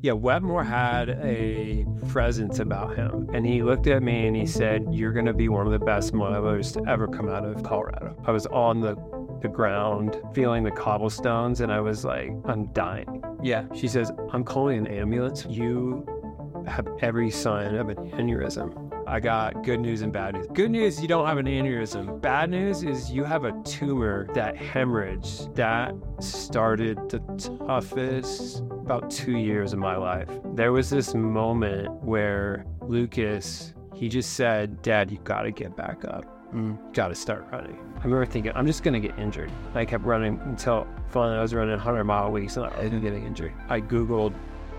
Yeah, Webmore had a presence about him. And he looked at me and he said, You're going to be one of the best modelers to ever come out of Colorado. I was on the, the ground feeling the cobblestones and I was like, I'm dying. Yeah. She says, I'm calling an ambulance. You have every sign of an aneurysm. I got good news and bad news. Good news, you don't have an aneurysm. Bad news is you have a tumor that hemorrhaged. That started the toughest about two years of my life. There was this moment where Lucas, he just said, Dad, you gotta get back up. Gotta start running. I remember thinking, I'm just gonna get injured. And I kept running until finally I was running 100 mile weeks and I was getting injured. I Googled,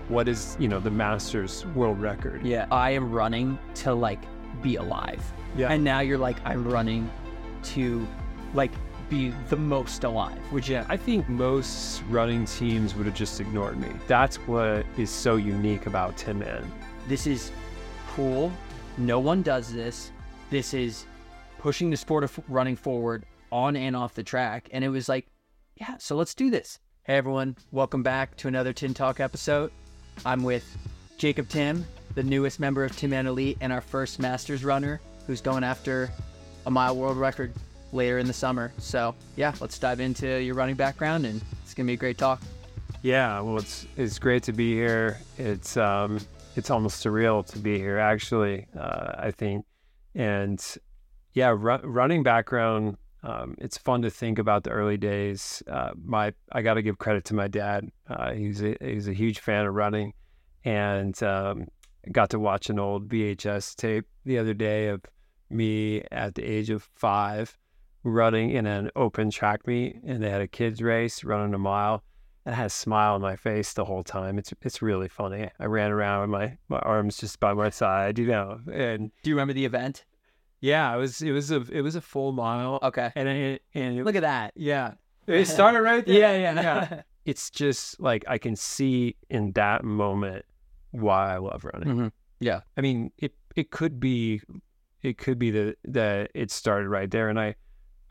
what is, you know, the Masters world record? Yeah. I am running to like be alive. Yeah. And now you're like, I'm running to like be the most alive, which yeah, I think most running teams would have just ignored me. That's what is so unique about Tim Man. this is cool. No one does this. This is pushing the sport of running forward on and off the track. And it was like, yeah, so let's do this. Hey, everyone. Welcome back to another Tin Talk episode. I'm with Jacob Tim, the newest member of Tim and Elite, and our first Masters runner who's going after a mile world record later in the summer. So, yeah, let's dive into your running background, and it's going to be a great talk. Yeah, well, it's it's great to be here. It's um, it's almost surreal to be here, actually. Uh, I think, and yeah, ru- running background. Um, it's fun to think about the early days. Uh, my I got to give credit to my dad. Uh, he's a, he's a huge fan of running, and um, got to watch an old VHS tape the other day of me at the age of five running in an open track meet, and they had a kids race running a mile. I had a smile on my face the whole time. It's it's really funny. I ran around with my, my arms just by my side, you know. And Do you remember the event? yeah, it was it was a it was a full mile. Okay. And it, and it, Look at that. yeah, it started right there. yeah. Yeah. It's just like I can see in that moment why I love running. Mhm. Yeah. I mean, it it could be it could be that that it started right there, and I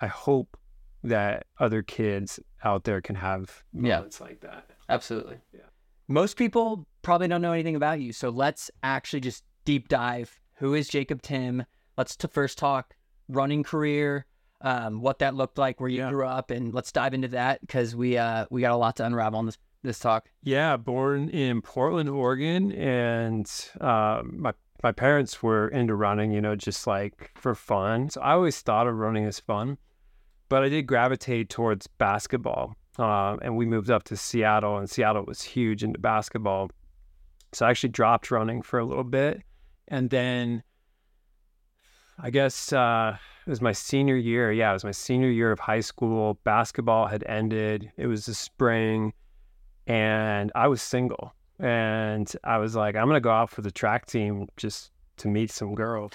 I hope that other kids out there can have Yeah. moments like that. Absolutely. Yeah. Most people probably don't know anything about you, so let's actually just deep dive. Who is Jacob Tim? Let's to first talk running career, um, what that looked like, where you Yeah. grew up, and let's dive into that because we uh, we got a lot to unravel on this this talk. Yeah, born in Portland, Oregon, and um, my my parents were into running, you know, just like for fun. So I always thought of running as fun, but I did gravitate towards basketball. Um, and we moved up to Seattle, and Seattle was huge into basketball. So I actually dropped running for a little bit, and then I guess uh, it was my senior year. Yeah, it was my senior year of high school. Basketball had ended. It was the spring and I was single. And I was like, I'm gonna go out for the track team just to meet some girls.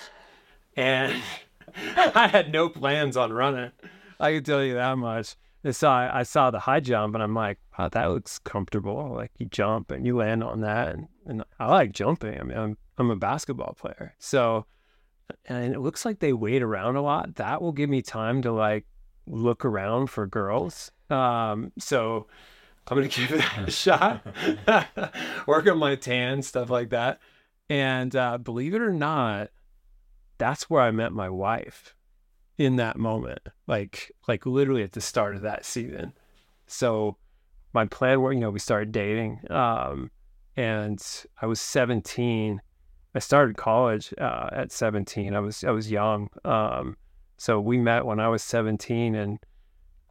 And I had no plans on running. I can tell you that much. I saw I saw the high jump and I'm like, wow, that looks comfortable. Like you jump and you land on that and, and I like jumping. I mean I'm I'm a basketball player. So and it looks like they wait around a lot. That will give me time to like look around for girls. Um so I'm gonna give that a shot. Work on my tan, stuff like that. And uh, believe it or not, that's where I met my wife in that moment. Like like literally at the start of that season. So my plan were, you know, we started dating. Um, and I was 17. I started college uh, at 17. I was I was young. Um, so we met when I was 17 and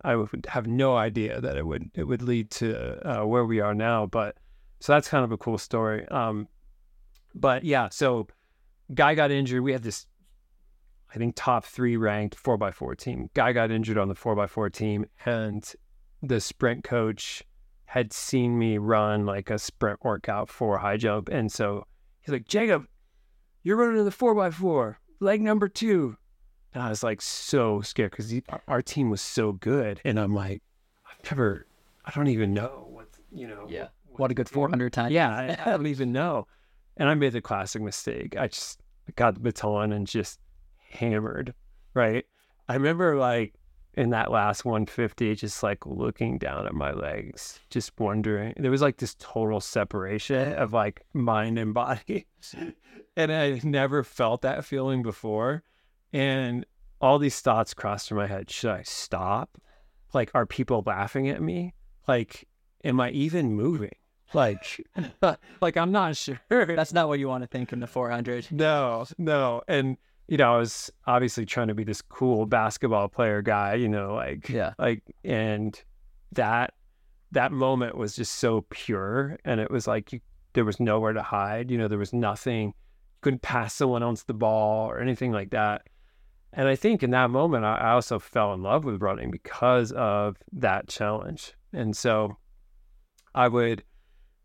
I would have no idea that it would it would lead to uh, where we are now. But so that's kind of a cool story. Um, but yeah, so guy got injured. We had this, I think, top three ranked four by four team. Guy got injured on the four by four team, and the sprint coach had seen me run like a sprint workout for high jump, and so he's like, Jacob, you're running the four by four, leg number two. And I was like so scared because our team was so good. And I'm like, I've never, I don't even know what, you know. Yeah. What a good to do. 400 times. Yeah, I, I don't even know. And I made the classic mistake. I just got the baton and just hammered, right? I remember like in that last 150, just like looking down at my legs, just wondering. There was like this total separation of like mind and body. and I never felt that feeling before. And all these thoughts crossed through my head. Should I stop? Like, are people laughing at me? Like, am I even moving? Like, like I'm not sure. That's not what you want to think in the 400. No, no. And you know, I was obviously trying to be this cool basketball player guy, you know, like Yeah. like and that that moment was just so pure and it was like you, there was nowhere to hide, you know, there was nothing you couldn't pass someone else the ball or anything like that. And I think in that moment I, I also fell in love with running because of that challenge. And so I would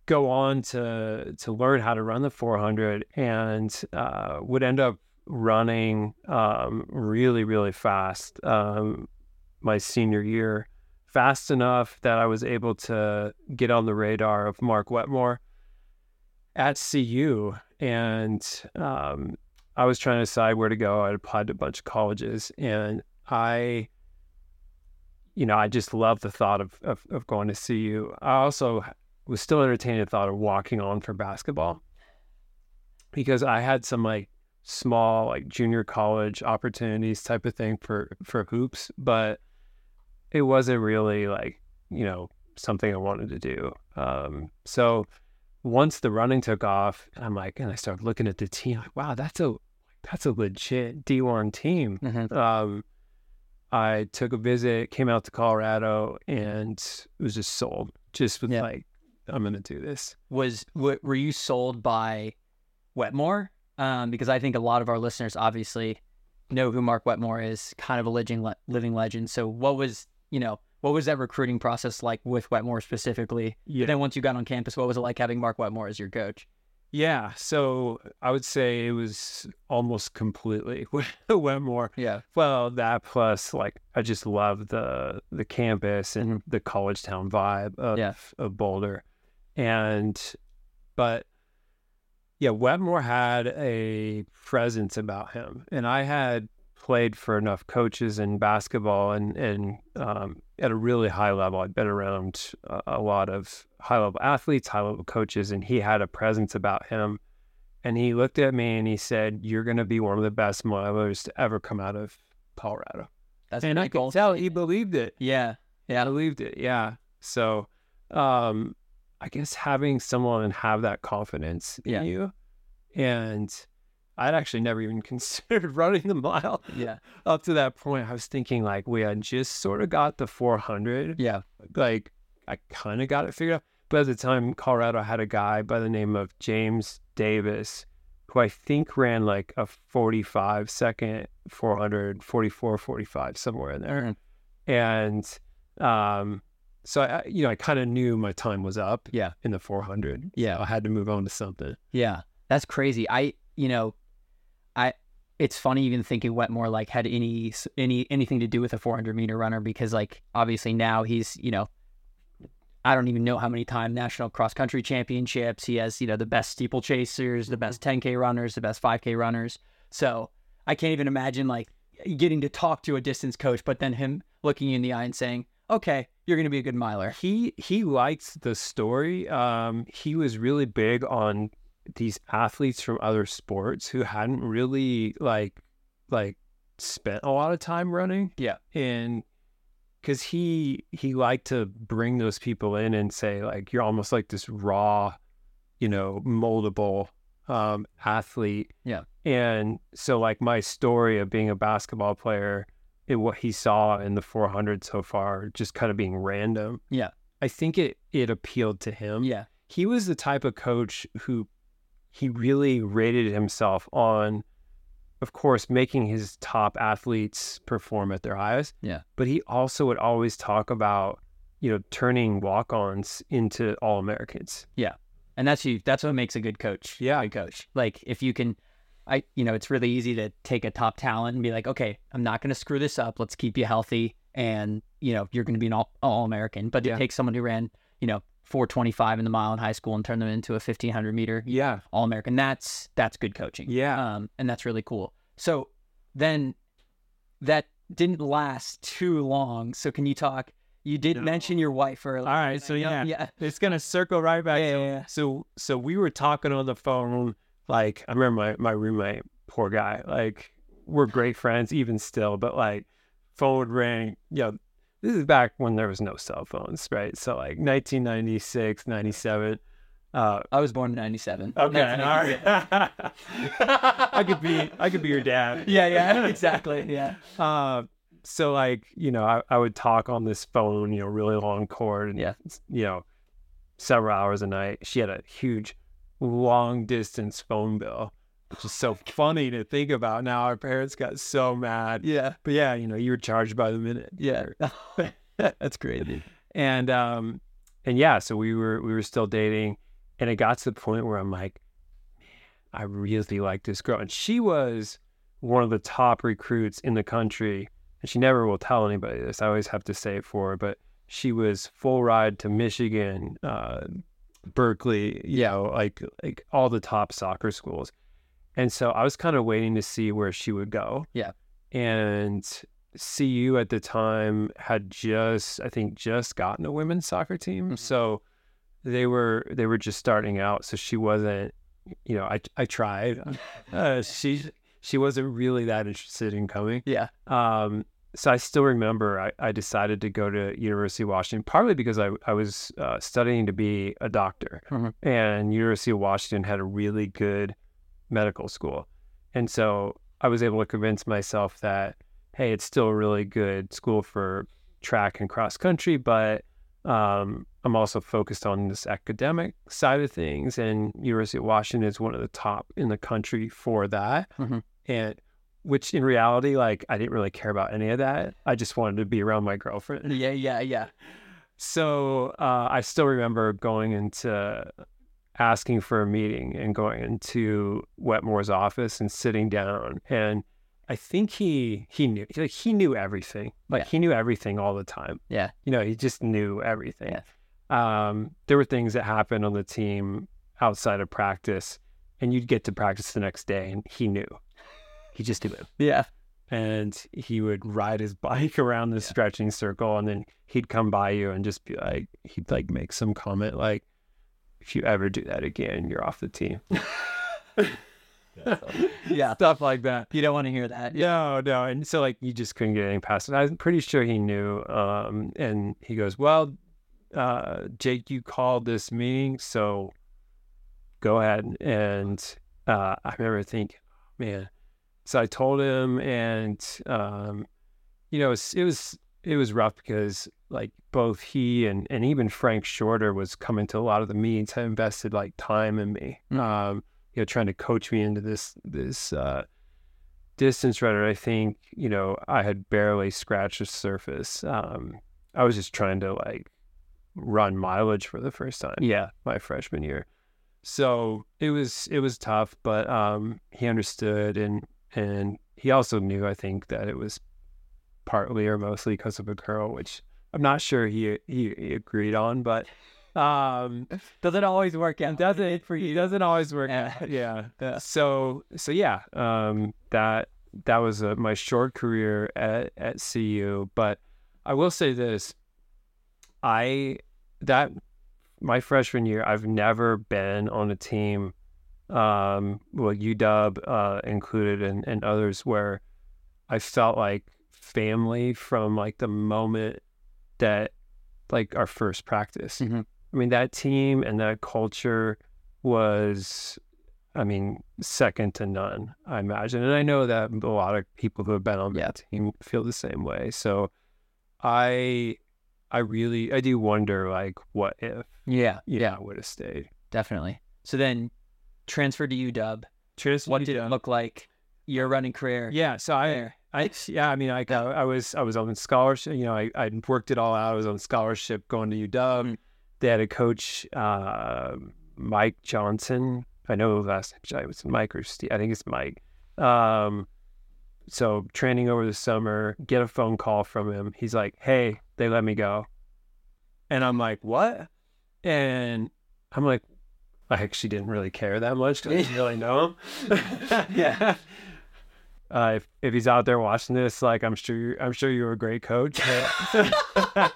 go on to to learn how to run the 400 and uh, would end up running um, really really fast um, my senior year fast enough that I was able to get on the radar of Mark Wetmore at CU and um, I was trying to decide where to go I applied to a bunch of colleges and I you know I just love the thought of of, of going to CU I also was still entertained at the thought of walking on for basketball because I had some like small like junior college opportunities type of thing for for hoops, but it wasn't really like you know something I wanted to do. Um, so once the running took off, I'm like, and I started looking at the team, like, wow, that's a that's a legit D1 team um, I took a visit, came out to Colorado, and was just sold. Just with Yeah. like, I'm gonna do this. Was w- were you sold by Wetmore? Um, because I think a lot of our listeners obviously know who Mark Wetmore is, kind of a living le- living legend. So what was you know what was that recruiting process like with Wetmore specifically? Yeah, But then once you got on campus, what was it like having Mark Wetmore as your coach? yeah. So I would say it was almost completely Wetmore. Yeah, Well, that plus like I just love the the campus and the college town vibe of, Yeah. of Boulder, and but yeah, Wetmore had a presence about him, and I had played for enough coaches in basketball and and um, at a really high level. I'd been around a, a lot of high level athletes, high level coaches, and he had a presence about him and he looked at me and he said, "You're going to be one of the best modelers to ever come out of Colorado." that's and I pretty cool. could tell he believed it. Yeah, I believed it. Yeah. So, um, I guess having someone have that confidence in Yeah. you, and I'd actually never even considered running the mile yeah, up to that point. I was thinking like, we had just sort of got the 400 yeah. like I kind of got it figured out. But at the time, Colorado had a guy by the name of James Davis, who I think ran like a 45 second 400, 44, 45, somewhere in there. Mhm. And um, so I, I- you know, I kind of knew my time was up. Yeah. Mm-hmm. In the 400. Yeah. I had to move on to something. Yeah, that's crazy. I, you know, I. It's funny even thinking Wetmore like had any s- any anything to do with a 400 meter runner because like obviously now he's you know, I don't even know how many time national cross country championships he has. You know the best steeplechasers, the best 10k runners, the best 5k runners. So I can't even imagine like getting to talk to a distance coach, but then him looking you in the eye and saying, "Okay, you're going to be a good miler." He he liked the story. Um, he was really big on these athletes from other sports who hadn't really like like spent a lot of time running. Yeah. and because he he liked to bring those people in and say like you're almost like this raw, you know, moldable um, athlete. Yeah. and so like my story of being a basketball player and what he saw in the 400 so far just kind of being random. Yeah. I think it it appealed to him. Yeah, He was the type of coach who he really rated himself on of course making his top athletes perform at their highest. Yeah. But he also would always talk about, you know, turning walk-ons into all-Americans. and that's you. That's what makes a good coach. Yeah. good coach. Like if you can, I you know it's really easy to take a top talent and be like, okay, I'm not going to screw this up. Let's keep you healthy, and you know you're going to be an all, all American. But to Yeah. take someone who ran you know 425 in the mile in high school and turn them into a 1500 meter Yeah. all American, that's that's good coaching. Yeah. um, and that's really cool. So then that didn't last too long. So can you talk? You did No. mention your wife earlier. All right, so I know- yeah. yeah, It's gonna circle right back. Yeah, to- yeah, yeah. So so we were talking on the phone. Like I remember my my roommate, poor guy. Like we're great friends even still, but like phone would ring. You know, this is back when there was no cell phones, right? So like 1996, 97. Uh, I was born in '97. okay, all right. I could be I could be your dad. Yeah, yeah, exactly. Yeah, Uh, so like you know, I, I would talk on this phone, you know, really long cord, and Yeah. you know, several hours a night. She had a huge, long distance phone bill, which is so funny to think about. Now our parents got so mad, yeah, but yeah, you know, you were charged by the minute, yeah. That's great. and um, and yeah, so we were we were still dating, and it got to the point where I'm like, I really like this girl, and she was one of the top recruits in the country, and she never will tell anybody this. I always have to say it for her, but she was full ride to Michigan, uh, Berkeley, you know, like like all the top soccer schools, and so I was kind of waiting to see where she would go. Yeah. and CU at the time had just, I think, just gotten a women's soccer team, Mhm. so they were they were just starting out, so she wasn't. You know, I I tried. Uh, she she wasn't really that interested in coming. Yeah. Um, so I still remember I, I decided to go to University of Washington, partly because I, I was uh, studying to be a doctor, Mhm. and University of Washington had a really good medical school, and so I was able to convince myself that hey, it's still a really good school for track and cross country, but um, I'm also focused on this academic side of things, and University of Washington is one of the top in the country for that. Mhm. And which in reality, like I didn't really care about any of that. I just wanted to be around my girlfriend. Yeah, yeah, yeah. So uh, I still remember going into asking for a meeting and going into Wetmore's office and sitting down. And I think he he knew like he knew everything. Like Yeah. he knew everything all the time. Yeah. You know, he just knew everything. Um, there were things that happened on the team outside of practice, and you'd get to practice the next day, and he knew. He just knew it Yeah. and he would ride his bike around the Yeah. stretching circle and then he'd come by you and just be like he'd like make some comment like if you ever do that again you're off the team Yeah. stuff like that You don't want to hear that. no no and so like you just couldn't get anything past it i'm pretty sure he knew um and he goes well uh jake you called this meeting so go ahead and uh i remember thinking "Oh, man so i told him and um you know it was it was, it was rough because like both he and and even frank shorter was coming to a lot of the meetings had invested like time in me Mm. um you know trying to coach me into this this uh distance runner i think you know i had barely scratched the surface um i was just trying to like run mileage for the first time Yeah. my freshman year. So it was it was tough, but um, he understood and and he also knew I think that it was partly or mostly because of a girl, which I'm not sure he he, he agreed on, but um, Doesn't always work out. doesn't it for you doesn't always work. Yeah. out. yeah. Yeah. So so yeah, um, that that was uh my short career at at CU, but I will say this: I that my freshman year, I've never been on a team, um, well UW uh, included and, and others where I felt like family from like the moment that like our first practice. Mhm. I mean that team and that culture was I mean, second to none, I imagine. And I know that a lot of people who have been on Yeah. that team feel the same way. So I I really I do wonder like what if Yeah. yeah I would have stayed. Definitely. So then transfer to UW. What did it look like? Your running career. Yeah, so I There. I yeah, I mean I I was I was on scholarship, you know, I I worked it all out. I was on scholarship going to UW. Mm. They had a coach uh, Mike Johnson. I know his last name was Mike or Steve. I think it's Mike. Um so training over the summer, get a phone call from him. He's like, "Hey, they let me go." And I'm like, "What?" And I'm like, I actually didn't really care that much 'cause I didn't really know him. Yeah. Uh, if, if he's out there watching this, like I'm sure you, I'm sure you're a great coach.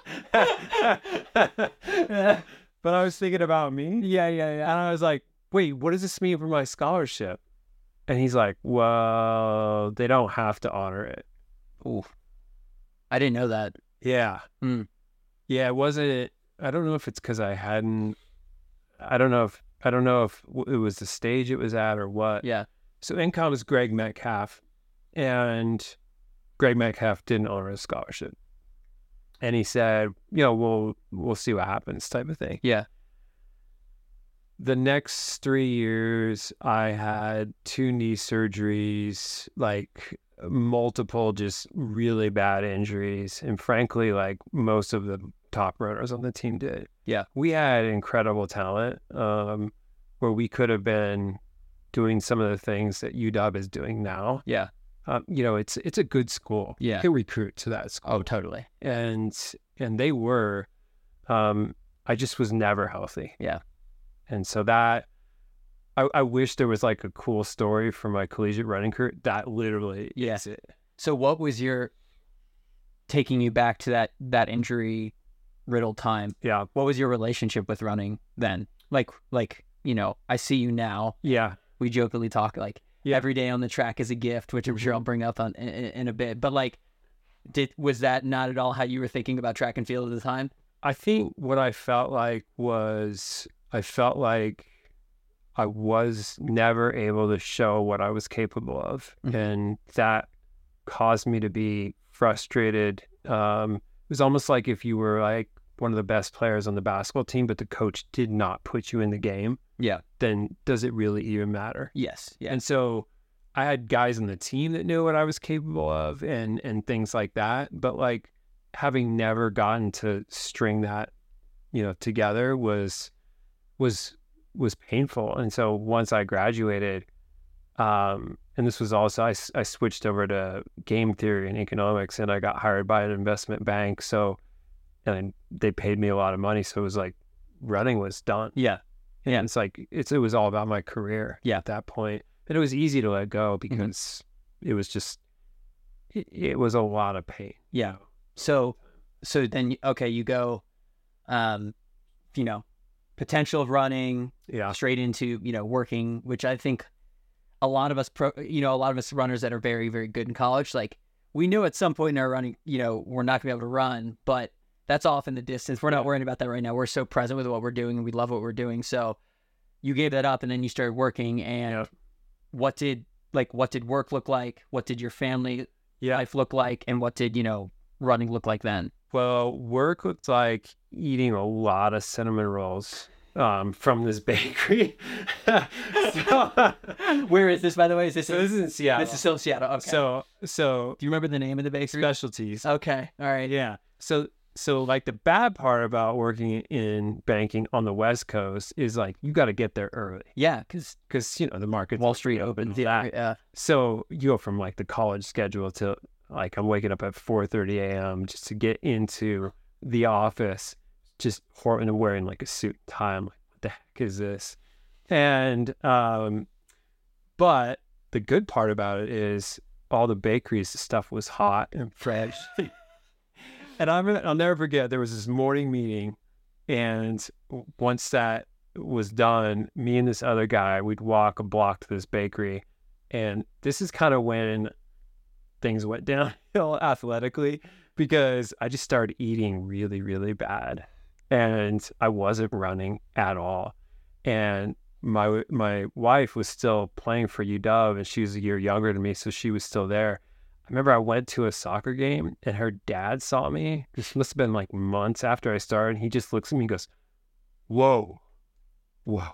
but I was thinking about me. Yeah, yeah, And I was like, wait, what does this mean for my scholarship? And he's like, well, they don't have to honor it. I didn't know that. Yeah. Hmm. Yeah, it wasn't. I don't know if it's because I hadn't. I don't know if I don't know if w- it was the stage it was at or what. Yeah. So in comes Greg Metcalf, and Greg Metcalf didn't honor his scholarship, and he said, "You know, we'll we'll see what happens," type of thing. Yeah. The next three years, I had two knee surgeries, like multiple just really bad injuries, and frankly, like most of the top runners on the team did. Yeah. we had incredible talent, um, where we could have been doing some of the things that UW is doing now. Yeah. Um, you know, it's it's a good school. Yeah. They recruit to that school, Oh, totally. and and they were. Um, I just was never healthy. Yeah. and so that. I, I wish there was like a cool story for my collegiate running career. That literally Yeah. is it. So what was your taking you back to that that injury riddled time? Yeah. What was your relationship with running then? Like like, you know, I see you now. Yeah. We jokingly talk like Yeah. every day on the track is a gift, which I'm sure I'll bring up on in, in a bit. But like did was that not at all how you were thinking about track and field at the time? I think what I felt like was I felt like I was never able to show what I was capable of, Mhm. and that caused me to be frustrated. Um, it was almost like if you were like one of the best players on the basketball team, but the coach did not put you in the game. Yeah. Then does it really even matter? Yes. Yeah. And so I had guys on the team that knew what I was capable of and and things like that. But like having never gotten to string that, you know, together was was was painful. And so once I graduated, um, and this was also I, s- I switched over to game theory and economics and I got hired by an investment bank. So and they paid me a lot of money. So it was like running was done. yeah. Yeah. And it's like it's it was all about my career Yeah. at that point. And it was easy to let go because it was just it, it was a lot of pain. Yeah. So, so then okay, you go, um, you know, potential of running Yeah. straight into you know working, which I think a lot of us pro, you know, a lot of us runners that are very very good in college, like we knew at some point in our running, you know, we're not gonna be able to run, but that's off in the distance. We're not worrying about that right now. We're so present with what we're doing, and we love what we're doing. So, you gave that up, and then you started working. And what did like what did work look like? What did your family Yeah. life look like and what did you know running look like then Well, work looked like eating a lot of cinnamon rolls um, from this bakery. so, where is this by the way is this so this is in Seattle. this is still seattle okay so so so do you remember the name of the bakery specialties. okay all right Yeah. So so like the bad part about working in banking on the West Coast is like you got to get there early yeah uh, because because you know the market wall street opens Yeah. yeah So you go from like the college schedule to like I'm waking up at 4:30 a.m. just to get into the office, just hor- and wearing like a suit and tie. I'm like, what the heck is this? And um, but the good part about it is all the bakeries the stuff was hot and fresh. and I'm I'll never forget there was this morning meeting, and w- once that was done, me and this other guy we'd walk a block to this bakery. And this is kind of when things went downhill athletically because I just started eating really, really bad. And I wasn't running at all. And my my wife was still playing for UW and she was a year younger than me, so she was still there. I remember I went to a soccer game and her dad saw me. This must have been like months after I started. And he just looks at me and goes, Whoa, whoa.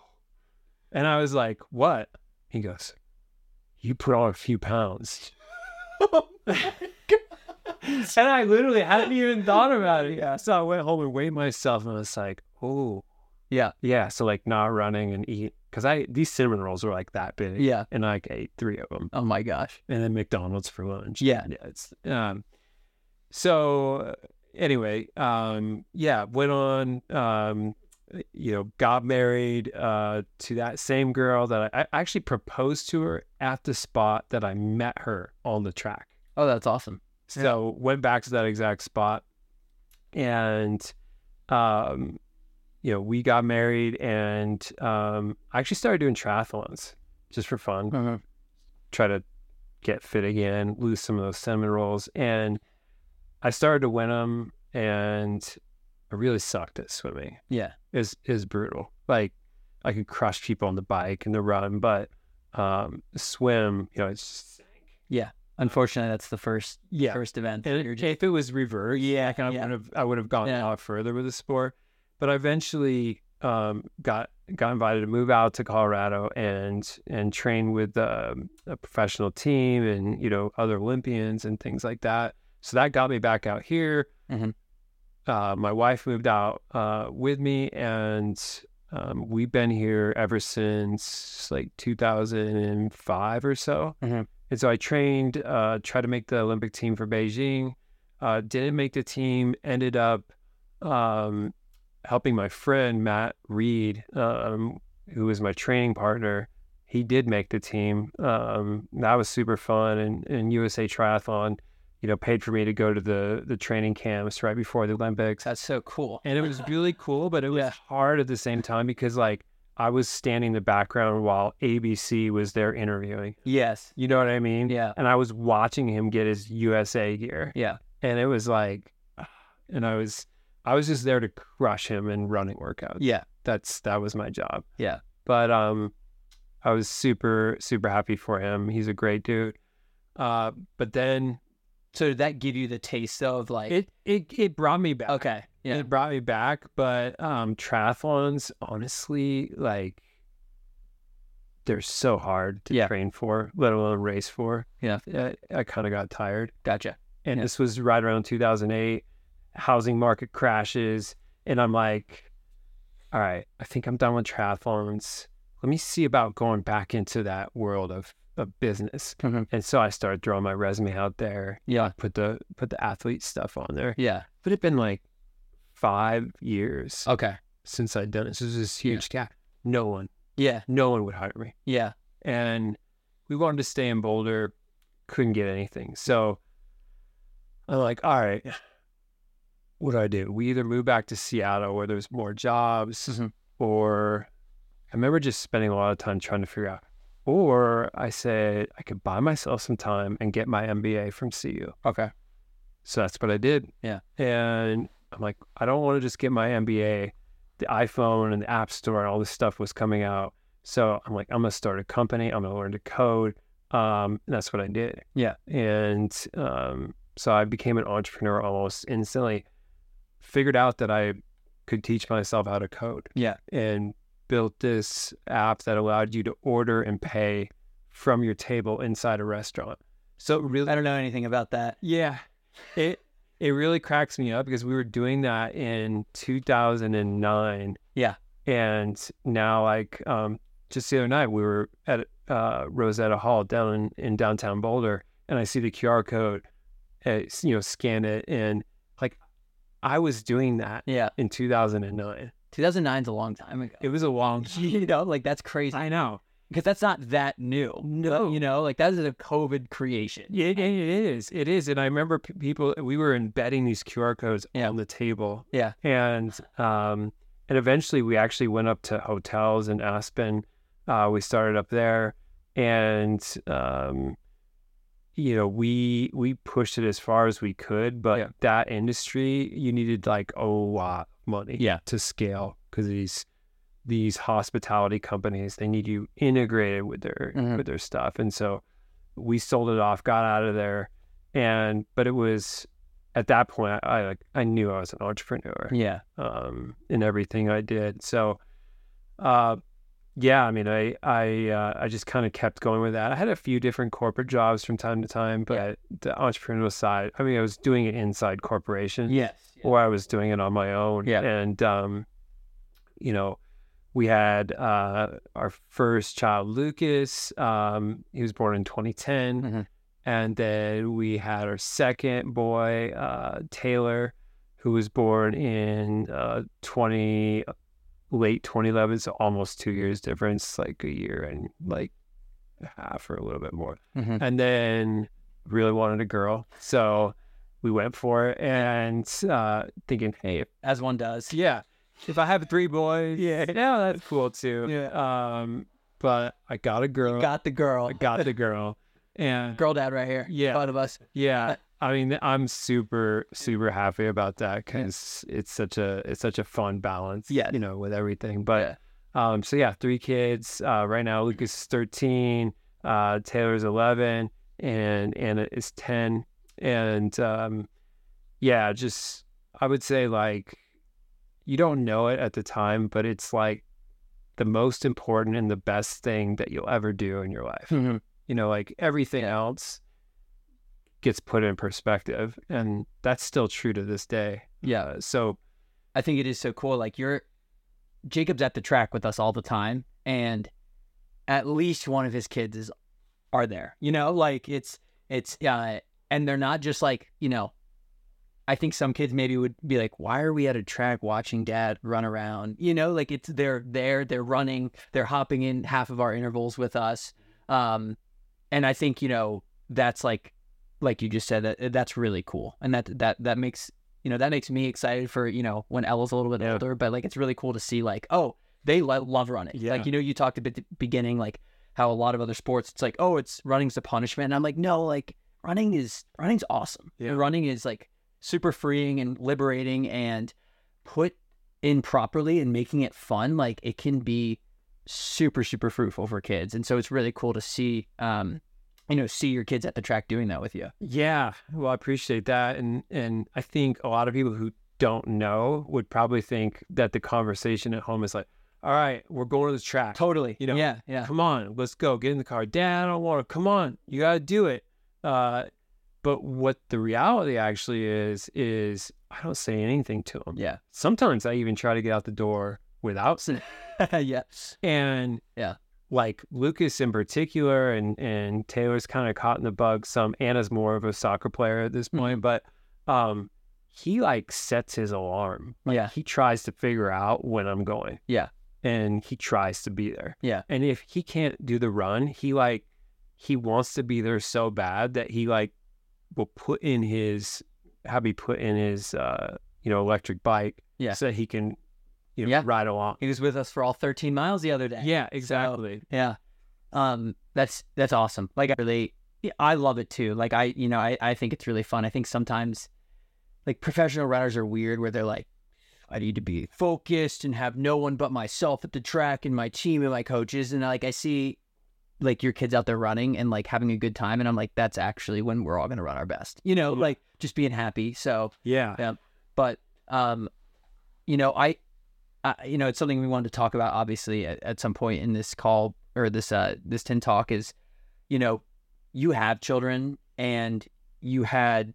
And I was like, What? He goes, you put on a few pounds. and I literally hadn't even thought about it yet. So I went home and weighed myself and I was like, oh. Yeah. Yeah. So like not running and eat. Cause I, these cinnamon rolls were like that big. yeah And I like, ate three of them oh my gosh and then McDonald's for lunch. Yeah. yeah it's, um, so uh, anyway, um, yeah, went on um, you know, got married uh, to that same girl that I, I actually proposed to her at the spot that I met her on the track. Oh, that's awesome. So went back to that exact spot, and um, you know, we got married, and um, I actually started doing triathlons just for fun, Uh-huh. try to get fit again, lose some of those cinnamon rolls, and I started to win them, and I really sucked at swimming Yeah. is is brutal. Like I could crush people on the bike and the run, but um, swim, you know, it's just, Unfortunately, that's the first yeah. first event. And You're just- if it was reversed, Yeah, I kind of yeah. would have I would have gone Yeah. a lot further with the sport. But I eventually um, got got invited to move out to Colorado and and train with um, a professional team and you know other Olympians and things like that. So that got me back out here. Mhm. Uh, my wife moved out uh, with me, and um, we've been here ever since like 2005 or so. Mhm. And so I trained, uh, tried to make the Olympic team for Beijing. Uh, didn't make the team. Ended up um, helping my friend Matt Reed, um, who was my training partner. He did make the team. Um, that was super fun. And, and USA Triathlon, you know, paid for me to go to the the training camps right before the Olympics that's so cool. and it was really cool, but it was Yeah. hard at the same time because like I was standing in the background while ABC was there interviewing. yes. You know what I mean? Yeah. And I was watching him get his USA gear, Yeah. and it was like, and I was, I was just there to crush him in running workouts. Yeah. That's that was my job. Yeah. But um, I was super super happy for him. He's a great dude. Uh, but then So did that give you the taste though, of like it it it brought me back. okay. Yeah. It brought me back, but um triathlons, honestly, like they're so hard to Yeah. train for, let alone race for. Yeah. I, I kind of got tired. Gotcha. And Yeah. this was right around 2008, housing market crashes. And I'm like, all right, I think I'm done with triathlons. Let me see about going back into that world of, of business. Mhm. And so I started throwing my resume out there, Yeah. put the put the athlete stuff on there Yeah. but it'd been like five years Okay. since I'd done it. So this is huge gap. No one, Yeah. no one would hire me. Yeah. And we wanted to stay in Boulder, couldn't get anything. So I'm like, all right, what do I do? We either move back to Seattle where there's more jobs, Mhm. or I remember just spending a lot of time trying to figure out. Or I said I could buy myself some time and get my MBA from CU. Okay. So that's what I did. Yeah. And I'm like, I don't want to just get my MBA. The iPhone and the App Store and all this stuff was coming out. So I'm like, I'm going to start a company. I'm going to learn to code. Um, and that's what I did. Yeah. And um, so I became an entrepreneur almost instantly. Figured out that I could teach myself how to code. Yeah. And built this app that allowed you to order and pay from your table inside a restaurant. So it really I don't know anything about that. yeah. It it really cracks me up because we were doing that in 2009. Yeah. And now like um just the other night we were at uh Rosetta Hall down in, in downtown Boulder and I see the QR code uh, s- you know scan it and like I was doing that Yeah. in 2009. 2009 is a long time ago. It was a long you know, like that's crazy I know. because that's not that new. No. You know, like that is a COVID creation. Yeah, it, it is. It is. And I remember p- people, we were embedding these QR codes Yeah. on the table. Yeah. And, um, and eventually we actually went up to hotels in Aspen. Uh, we started up there and, um, you know, we, we pushed it as far as we could, but Yeah. that industry, you needed like a lot of money Yeah. to scale because these, these hospitality companies, they need you integrated with their, Mhm. with their stuff. And so, we sold it off, got out of there, and but it was at that point I, I like I knew I was an entrepreneur Yeah. um, in everything I did. So, uh, yeah, I mean, I I uh, I just kind of kept going with that. I had a few different corporate jobs from time to time, but the entrepreneurial side, I mean, I was doing it inside corporations Yes. or I was doing it on my own. Yeah. And, um, you know, we had uh, our first child, Lucas. Um, he was born in 2010. Mhm. And then we had our second boy, uh, Taylor, who was born in uh, 2011. late 2011, so almost two years difference, like a year and like half or a little bit more. Mhm. And then really wanted a girl, so we went for it and uh, thinking, hey, if- as one does. yeah, if I have three boys, yeah, yeah, that's cool too. Yeah. Um, but I got a girl. Got the girl. I got the girl, and girl dad right here. Yeah. Both of us. yeah, I mean, I'm super, super happy about that because it's such a, it's such a fun balance. Yeah. you know, with everything. But, um, so yeah, three kids. Uh, right now, Lucas is 13, uh, Taylor's 11, and Anna is 10. And um, yeah, just I would say like, you don't know it at the time, but it's like the most important and the best thing that you'll ever do in your life Mhm. you know like everything else gets put in perspective and that's still true to this day Yeah. Uh, so I think it is so cool. Like you're Jacob's at the track with us all the time and at least one of his kids is are there. You know, like it's it's uh and they're not just like, you know, I think some kids maybe would be like, Why are we at a track watching dad run around? You know, like it's they're there, they're running, they're hopping in half of our intervals with us. Um and I think, you know, that's like like you just said, that that's really cool. And that that that makes you know that makes me excited for you know when Ella's a little bit Yeah. older, but like it's really cool to see like oh they lo- love running. Yeah. Like you know you talked at the beginning like how a lot of other sports it's like oh it's running's a punishment, and I'm like no like running is running's awesome. Yeah. And running is like super freeing and liberating and put in properly and making it fun like it can be super super fruitful for kids and so it's really cool to see um you know see your kids at the track doing that with you yeah well i appreciate that and and i think a lot of people who don't know would probably think that the conversation at home is like all right we're going to the track totally You know, yeah yeah come on let's go get in the car dad i don't want to come on you gotta do it uh but what the reality actually is is i don't say anything to them yeah sometimes i even try to get out the door without saying yes and Yeah. like Lucas in particular, and and Taylor's kind of caught in the bug. Some Anna's more of a soccer player at Hmm. this point, but um, he like sets his alarm. yeah He tries to figure out when I'm going. Yeah. and he tries to be there. Yeah. and if he can't do the run, he like he wants to be there so bad that he like will put in his have me put in his uh you know electric bike Yeah. so that he can you know Yeah. ride along. he was with us for all 13 miles the other day Yeah, exactly. Yeah. Um, that's that's awesome. Like I really yeah, I love it too. Like I you know, I, I think it's really fun. I think sometimes like professional runners are weird where they're like, I need to be focused and have no one but myself at the track and my team and my coaches and like I see like your kids out there running and like having a good time and I'm like, that's actually when we're all gonna run our best. You know, Yeah. like just being happy. So yeah. but um you know i, I you know it's something we wanted to talk about obviously at, at some point in this call or this uh this tin talk is you know you have children and you had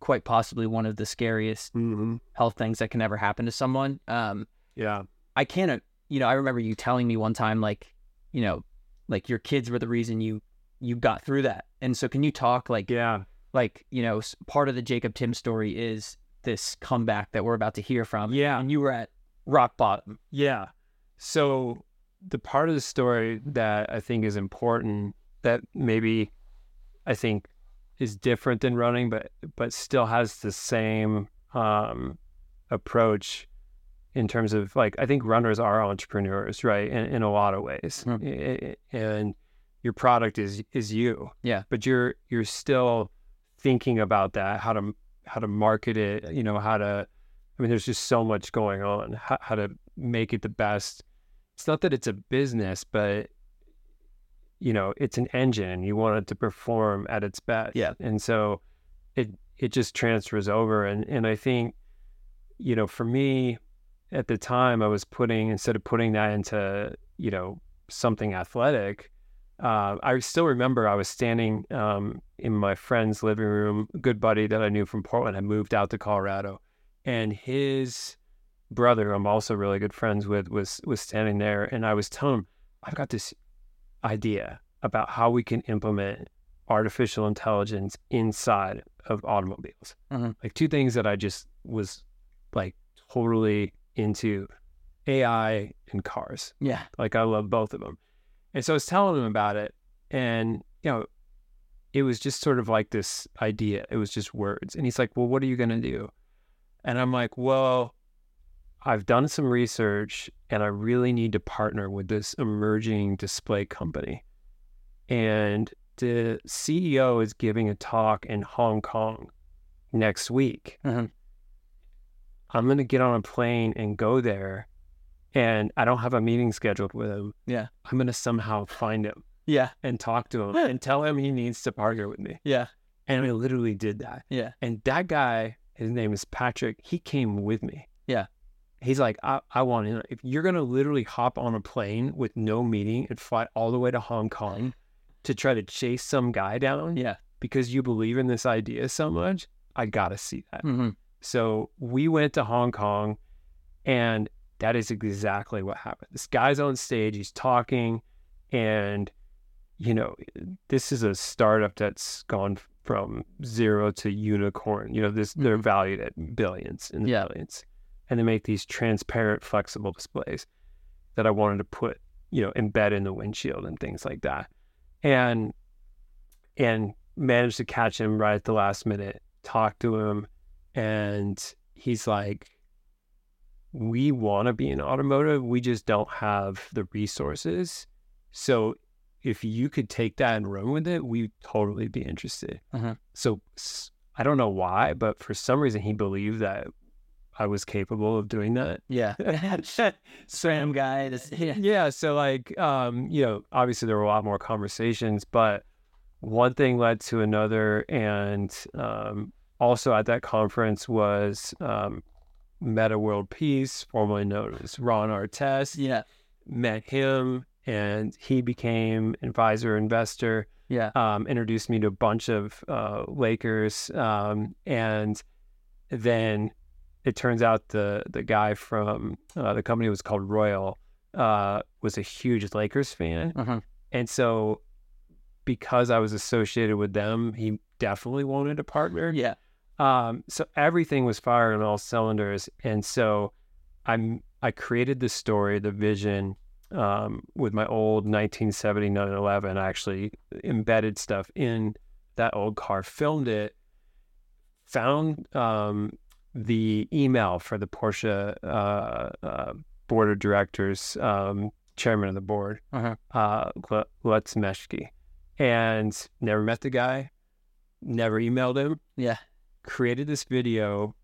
quite possibly one of the scariest Mm-hmm. health things that can ever happen to someone um Yeah. I can't, uh, you know, I remember you telling me one time, like, you know, like your kids were the reason you, you got through that. And so can you talk like, Yeah. like you know s- part of the Jacob Tim story is this comeback that we're about to hear from. Um, Yeah. and you were at rock bottom. Yeah. So the part of the story that I think is important that maybe I think is different than running, but but still has the same um, approach in terms of like I think runners are entrepreneurs, right? In, in a lot of ways, Mhm. I- I- and your product is is you. Yeah. But you're you're still thinking about that how to how to market it. You know how to. I mean, there's just so much going on. How, how to make it the best. It's not that it's a business, but you know, it's an engine. You want it to perform at its best. Yeah. And so it it just transfers over. And and I think, you know, for me at the time I was putting instead of putting that into, you know, something athletic, uh, I still remember I was standing um, in my friend's living room. A good buddy that I knew from Portland had moved out to Colorado, and his brother, I'm also really good friends with, was was standing there, and I was telling him, "I've got this idea about how we can implement artificial intelligence inside of automobiles. Mhm. Like two things that I just was like totally into. AI and cars. Yeah. Like I love both of them. And so I was telling him about it, and you know, it was just sort of like this idea. It was just words. And he's like, "Well, what are you going to do?" And I'm like, "Well, I've done some research, and I really need to partner with this emerging display company." And the CEO is giving a talk in Hong Kong next week. Mhm. I'm going to get on a plane and go there, and I don't have a meeting scheduled with him. Yeah. I'm going to somehow find him Yeah. and talk to him and tell him he needs to partner with me. Yeah. And I literally did that. Yeah. And that guy, his name is Patrick, he came with me. Yeah. He's like, I, I want in. If you're going to literally hop on a plane with no meeting and fly all the way to Hong Kong to try to chase some guy down Yeah. because you believe in this idea so much, I got to see that. hmm So we went to Hong Kong, and that is exactly what happened. This guy's on stage, he's talking, and you know, this is a startup that's gone from zero to unicorn. You know, this they're Mhm. valued at billions in the Yeah. billions, and they make these transparent, flexible displays that I wanted to put, you know, embed in the windshield and things like that, and and managed to catch him right at the last minute. Talk to him and he's like we want to be in automotive we just don't have the resources so if you could take that and run with it we'd totally be interested Uh-huh. so s- i don't know why but for some reason he believed that i was capable of doing that Yeah. Sam guy. This, yeah. yeah so like um you know obviously there were a lot more conversations but one thing led to another and um also at that conference was um meta world peace formerly known as ron artest Yeah. met him and he became advisor investor Yeah. um, introduced me to a bunch of uh, Lakers, um, and then it turns out the the guy from uh, the company was called Royal uh, was a huge Lakers fan, Mhm. and so because I was associated with them, he definitely wanted a partner. Yeah. Um, so everything was firing on all cylinders, and so I'm I created the story, the vision um, with my old 1970 911. I actually embedded stuff in that old car, filmed it, found um, the email for the Porsche uh, uh, board of directors, um, chairman of the board, Uh-huh. uh, Gl- Lutz Meschke, and never met the guy, never emailed him Yeah. created this video,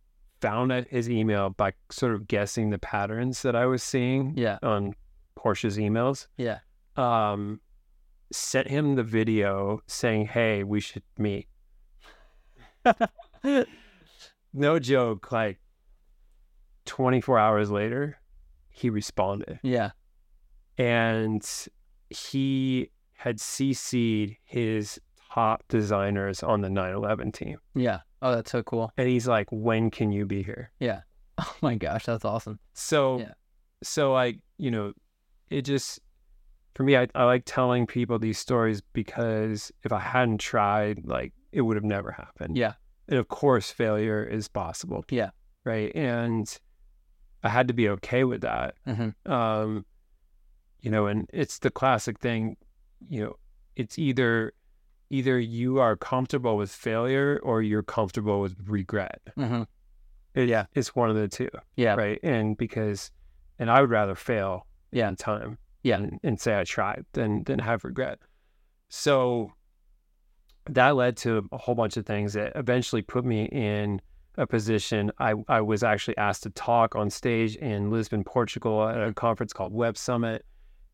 found out his email by sort of guessing the patterns that I was seeing Yeah. on Porsche's emails. Yeah. Um, sent him the video saying, "Hey, we should meet." no joke. Like twenty four hours later, he responded, Yeah. and he had CC'd his top designers on the 911 team. Yeah. Oh, that's so cool. And he's like, "When can you be here?" Oh my gosh, that's awesome. So, Yeah. so I, you know, it just for me, I, I like telling people these stories because if I hadn't tried, like, it would have never happened. Yeah. and of course, failure is possible. Yeah. right. And I had to be okay with that. Mhm. Um, you know, and it's the classic thing. You know, it's either either you are comfortable with failure or you're comfortable with regret. hmm yeah, it's one of the two Yeah. right and because and i would rather fail Yeah. in time Yeah. and, and say i tried than than have regret so that led to a whole bunch of things that eventually put me in a position i i was actually asked to talk on stage in lisbon portugal at a conference called web summit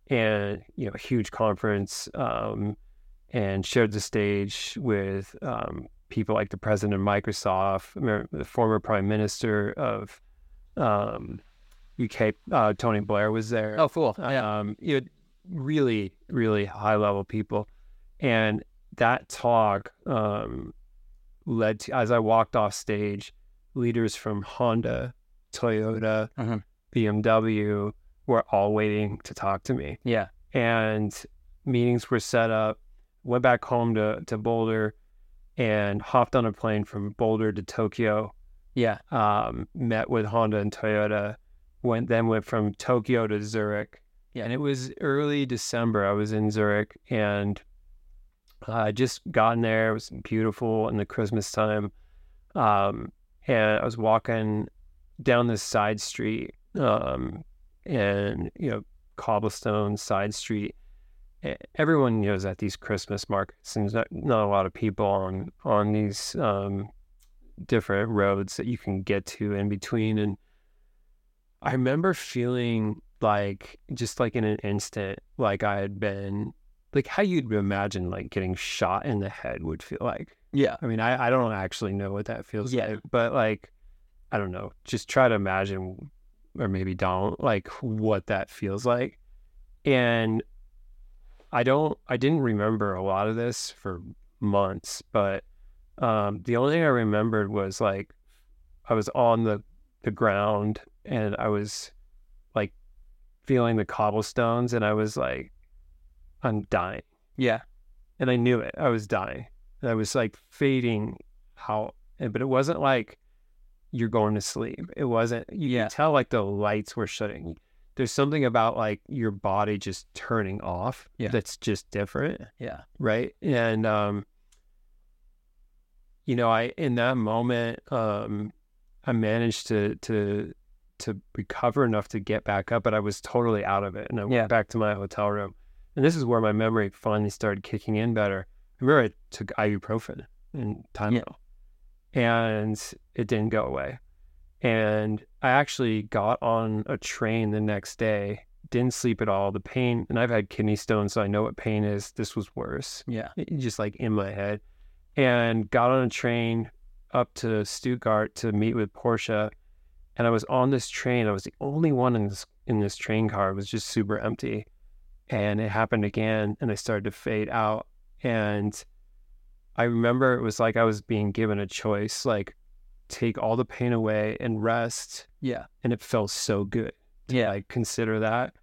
and you know a huge conference um and shared the stage with um people like the president of microsoft Amer- the former prime minister of um, UK. Uh, Tony Blair was there. Oh, cool. Yeah. Um, you know, really, really high level people, and that talk um, led to as I walked off stage, leaders from Honda, Toyota, Mhm. BMW were all waiting to talk to me Yeah. and meetings were set up. Went back home to, to Boulder and hopped on a plane from Boulder to Tokyo. Yeah. Um, met with Honda and Toyota, went then went from Tokyo to Zurich. Yeah. And it was early December. I was in Zurich and I just gotten there. It was beautiful in the Christmas time. Um, and I was walking down this side street um, and, you know, cobblestone side street. E- Everyone knows at these Christmas markets, and there's not, not a lot of people on on these um, different roads that you can get to in between. And I remember feeling like just like in an instant, like I had been like how you'd imagine like getting shot in the head would feel like. Yeah. I mean, I, I don't actually know what that feels Yeah. like, but like, I don't know. Just try to imagine, or maybe don't, like what that feels like. And I don't, I didn't remember a lot of this for months, but um, the only thing I remembered was like I was on the, the ground and I was like feeling the cobblestones and I was like, I'm dying Yeah. and I knew it. I was dying. And I was like fading out. And, but it wasn't like you're going to sleep. It wasn't. You Yeah. could tell like the lights were shutting. There's something about like your body just turning off Yeah. that's just different, Yeah. right? And um, you know, I in that moment, um, I managed to to to recover enough to get back up, but I was totally out of it, and I Yeah. went back to my hotel room. And this is where my memory finally started kicking in better. I remember I took ibuprofen and Tylenol, and it didn't go away. And I actually got on a train the next day, didn't sleep at all. The pain, and I've had kidney stones, so I know what pain is. This was worse eh, Yeah. just like in my head, and got on a train up to Stuttgart to meet with Portia. And I was on this train. I was the only one in this in this train car. It was just super empty, and it happened again. And I started to fade out. And I remember it was like I was being given a choice: like take all the pain away and rest. Yeah. And it felt so good. Yeah. Like consider that,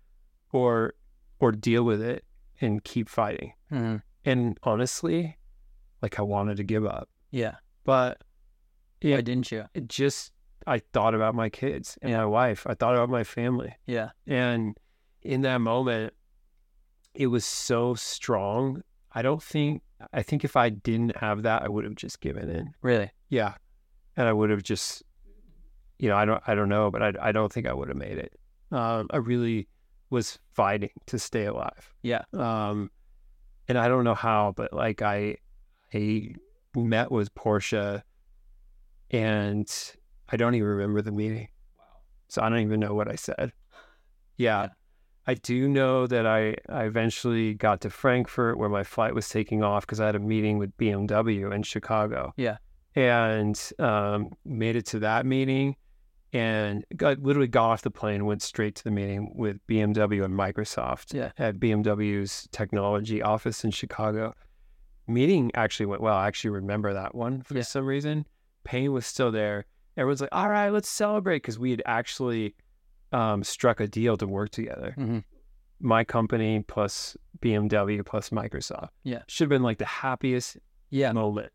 or or deal with it and keep fighting. Mhm. And honestly, like I wanted to give up, Yeah. but Yeah. Why didn't you? it just I thought about my kids and Yeah. my wife. I thought about my family. Yeah. And in that moment, it was so strong. I don't think I think if I didn't have that, I would have just given in. Really? Yeah. And I would have just you know, I don't I don't know, but I I don't think I would have made it. Um I really was fighting to stay alive. Yeah. Um and I don't know how, but like I I met with Portia and I don't even remember the meeting. So I don't even know what I said. Yeah. Yeah. I do know that I, I eventually got to Frankfurt where my flight was taking off because I had a meeting with BMW in Chicago. Yeah. And um, made it to that meeting and got, literally got off the plane, went straight to the meeting with BMW and Microsoft Yeah. at BMW's technology office in Chicago. Meeting actually went well. I actually remember that one for Yeah. some reason. Pain was still there. Everyone's like, all right, let's celebrate because we had actually um, struck a deal to work together. Mhm. My company plus BMW plus Microsoft. Yeah. Should have been like the happiest Yeah. moment.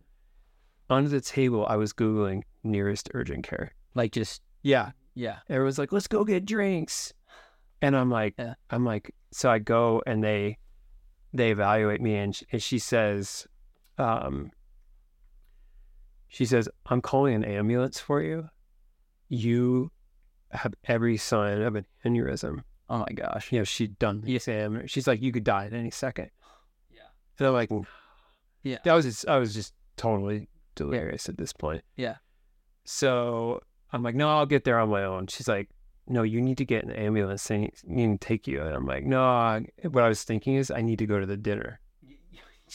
Under the table, I was Googling nearest urgent care. Like just Yeah. yeah. Everyone's like, let's go get drinks. And I'm like, Yeah. I'm like, so I go and they, they evaluate me and she, and she says, um, she says, I'm calling an ambulance for you. You have every sign of an aneurysm. Oh my gosh. You know, she'd done the Yeah. exam. She's like, you could die at any second. Yeah. And I'm like, Yeah. that was, just, I was just totally delirious at this point. Yeah. So I'm like, no, I'll get there on my own. She's like, no, you need to get an ambulance. They need to take you. And I'm like, no, I, what I was thinking is I need to go to the dinner.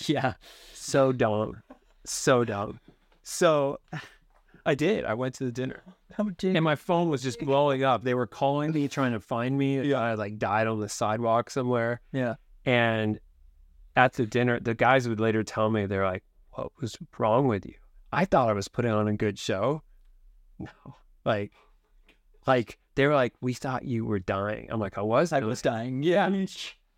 Yeah. So dumb. So dumb. So I did. I went to the dinner How did and my phone was just blowing up. They were calling me, trying to find me. I like died on the sidewalk somewhere. Yeah. And at the dinner, the guys would later tell me they're like, "What was wrong with you?" I thought I was putting on a good show. No, like, like they were like, "We thought you were dying." I'm like, "I was." I was dying. Yeah.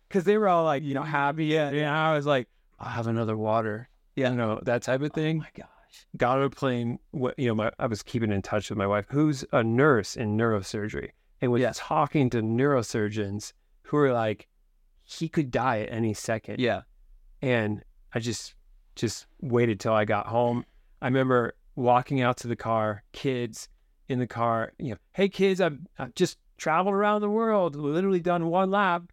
because they were all like, you know, happy. Yeah. And I was like, "I'll have another water." Yeah. You know that type of Oh thing my gosh. got on a plane. wh- You know, my, I was keeping in touch with my wife, who's a nurse in neurosurgery, and was Yeah. talking to neurosurgeons who were like, he could die at any second. Yeah. And I just just waited till I got home. I remember walking out to the car, kids in the car, you know, hey kids, I've, I've just traveled around the world, literally done one lap.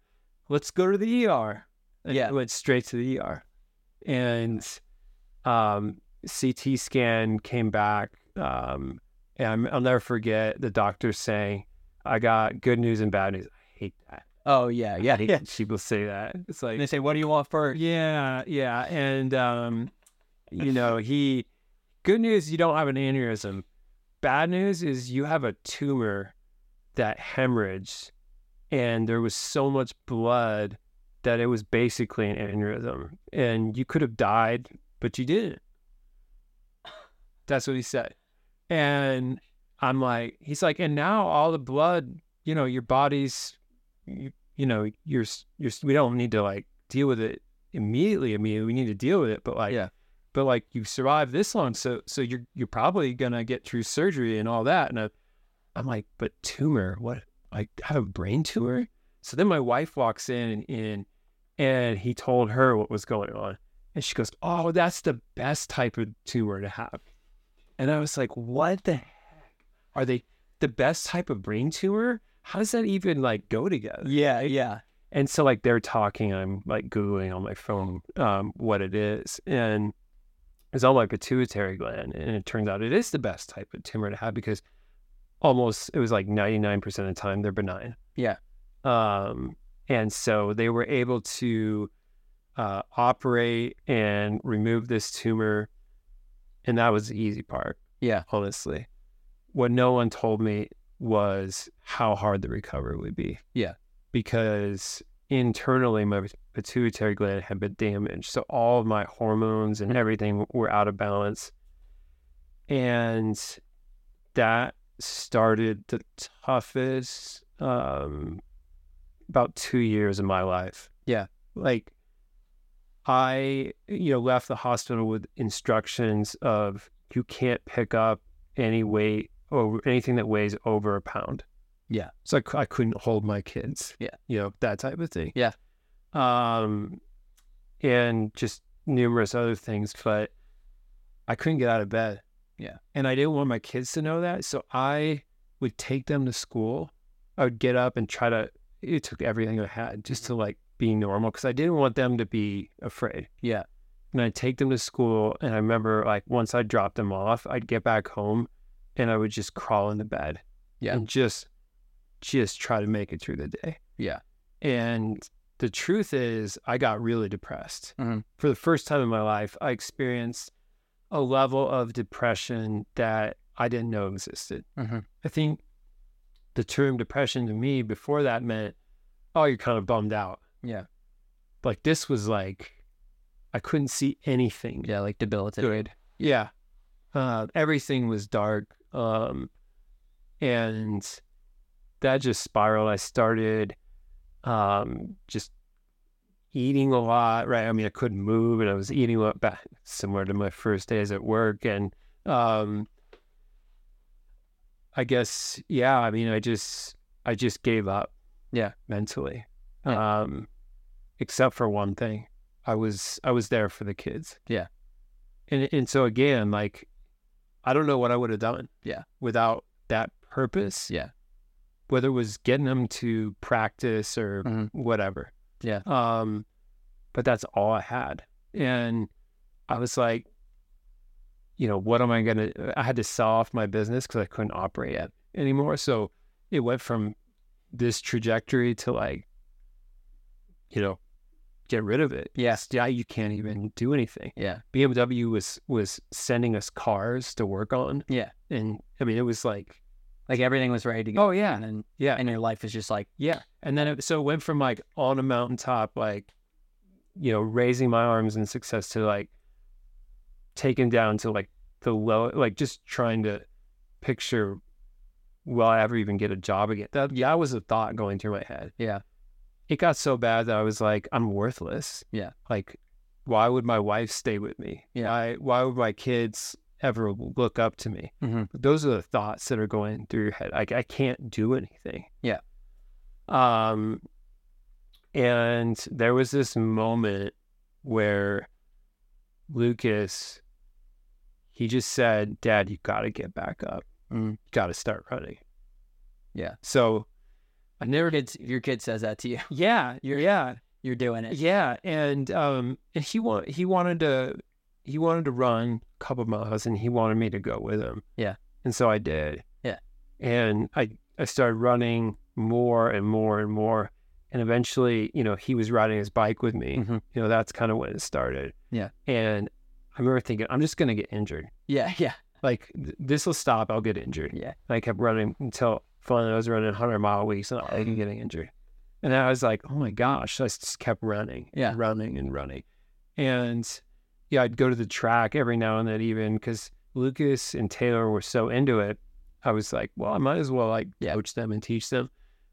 Let's go to the ER. And Yeah. I went straight to the ER. And um, CT scan came back. Um, and I'm- I'll never forget the doctor saying, I got good news and bad news. I hate that. Oh yeah. Yeah. I hate when people say that. It's like, And they say, "What do you want first? yeah, yeah. And, um, you know, he, good news, you don't have an aneurysm. Bad news is you have a tumor that hemorrhaged, and there was so much blood that it was basically an aneurysm. And you could have died, but you didn't. That's what he said. And I'm like, he's like, and now all the blood, you know, your body's, you, you know, you're, you're, we don't need to like deal with it immediately. I mean, we need to deal with it, but like, Yeah. but like you survived this long. So, so you're, you're probably going to get through surgery and all that. And I, I'm like, but tumor, what? I have a brain tumor? So then my wife walks in and, and he told her what was going on. And she goes, Oh, that's the best type of tumor to have. And I was like, What the heck? Are they the best type of brain tumor? How does that even like go together? Yeah. Yeah. And so like they're talking, I'm like Googling on my phone um, what it is. And it's on my pituitary gland. And it turns out it is the best type of tumor to have because almost it was like 99% of the time they're benign. Yeah. Um, and so they were able to uh, operate and remove this tumor. And that was the easy part. Yeah. Honestly, what no one told me was how hard the recovery would be. Yeah. Because internally, my pituitary gland had been damaged. So all of my hormones and everything were out of balance. And that started the toughest um, about two years of my life. Yeah. Like, I, you know, left the hospital with instructions of you can't pick up any weight over anything that weighs over a pound. Yeah. So I, cou- I couldn't hold my kids. Yeah. You know, that type of thing. Yeah. Um, and just numerous other things, but I couldn't get out of bed. Yeah. And I didn't want my kids to know that. So I would take them to school. I would get up and try to, it took everything I had just Mm-hmm. to like be normal because I didn't want them to be afraid Yeah. and I'd take them to school. And I remember like once I dropped them off, I'd get back home and I would just crawl into bed. Yeah. And just just try to make it through the day. Yeah. And the truth is I got really depressed. Mhm. For the first time in my life, I experienced a level of depression that I didn't know existed. Mhm. I think the term depression to me before that meant, oh, you're kind of bummed out Yeah. like this was like I couldn't see anything. Yeah. Like debilitated. Yeah. Uh, everything was dark. Um, and that just spiraled. I started um, just eating a lot, right? I mean, I couldn't move and I was eating a lot back, similar to my first days at work. And um, I guess, yeah, I mean, I just, I just gave up. Yeah. Mentally. Um, except for one thing. I was, I was there for the kids and and so again, like I don't know what I would have done. Yeah. Without that purpose. Yeah. Whether it was getting them to practice or Mhm. whatever. Yeah. Um, but that's all I had, and I was like, you know, what am I gonna? I had to sell off my business because I couldn't operate it anymore. So it went from this trajectory to like, you know, get rid of it. Yeah. Yeah, you can't even do anything. Yeah. BMW was was sending us cars to work on. Yeah. and I mean it was like Like everything was ready to go. oh yeah And then, yeah and your life is just like, yeah, and then it, so it went from like on a mountaintop, like you know raising my arms in success to like taken down to like the low, like just trying to picture will I ever even get a job again? That yeah was a thought going through my head. Yeah. it got so bad that I was like I'm worthless. Yeah. like why would my wife stay with me? Yeah. why, why would my kids ever look up to me. Mhm. Those are the thoughts that are going through your head. Like I can't do anything. Yeah. Um, and there was this moment where Lucas, he just said, "Dad, you got to get back up. Mm. You got to start running." Yeah. So, I never did. Your kid says that to you. yeah, you're yeah. You're doing it. Yeah, and um, and he wa- he wanted to he wanted to run a couple miles, and he wanted me to go with him. Yeah. and so I did. Yeah. and I I started running more and more and more, and eventually, you know, he was riding his bike with me. Mhm. You know, that's kind of when it started. Yeah. and I remember thinking, I'm just gonna get injured. Yeah. Yeah. Like this will stop. I'll get injured. Yeah. And I kept running until finally I was running 100 mile weeks and I was getting injured. And I was like, oh my gosh. So I just kept running, and Yeah. running and running. And yeah, I'd go to the track every now and then, even because Lucas and Taylor were so into it. I was like, well, I might as well like Yeah. coach them and teach them.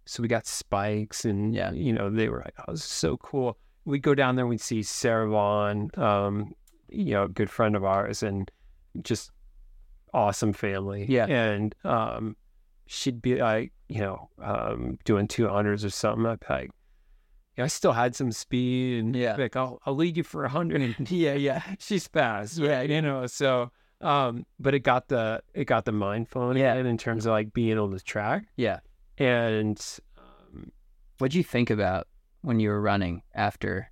So we got spikes and, Yeah. you know, they were like, oh, this is so cool. We'd go down there, we'd see Sarah Vaughn, um, you know, a good friend of ours, and just awesome family. Yeah. And um, she'd be like, you know, um, doing 200s or something. I'd be like, yeah, I still had some speed. And Yeah. like, I'll, I'll lead you for 100. Yeah. Yeah. She's fast. Right. You know, so, um, but it got the, it got the mind flowing Yeah. again in terms of like being on the track. Yeah. And, um, What'd you think about when you were running after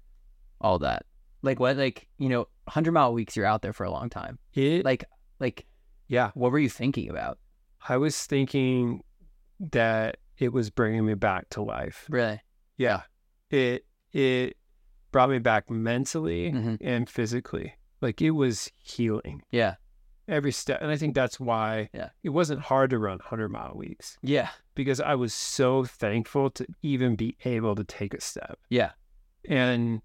all that? Like what? Like you know, hundred mile weeks. You're out there for a long time. it, like, Like like yeah, what were you thinking about? I was thinking that it was bringing me back to life. Really? Yeah. It, it brought me back mentally. Mhm. and physically. Like it was healing Yeah. every step. And I think that's why Yeah. it wasn't hard to run 100 mile weeks Yeah. because I was so thankful to even be able to take a step. Yeah. And,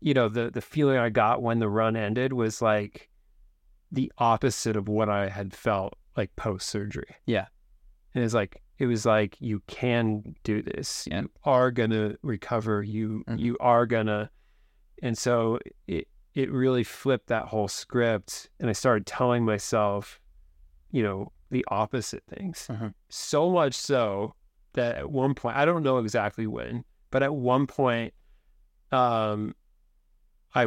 you know, the, the feeling I got when the run ended was like the opposite of what I had felt like post surgery. Yeah. And it's like, it was like, you can do this. Yeah. You are going to recover. You, Mhm. you are going to. And so it, it really flipped that whole script. And I started telling myself, you know, the opposite things. Mhm. So much so that at one point, I don't know exactly when, but at one point, um, I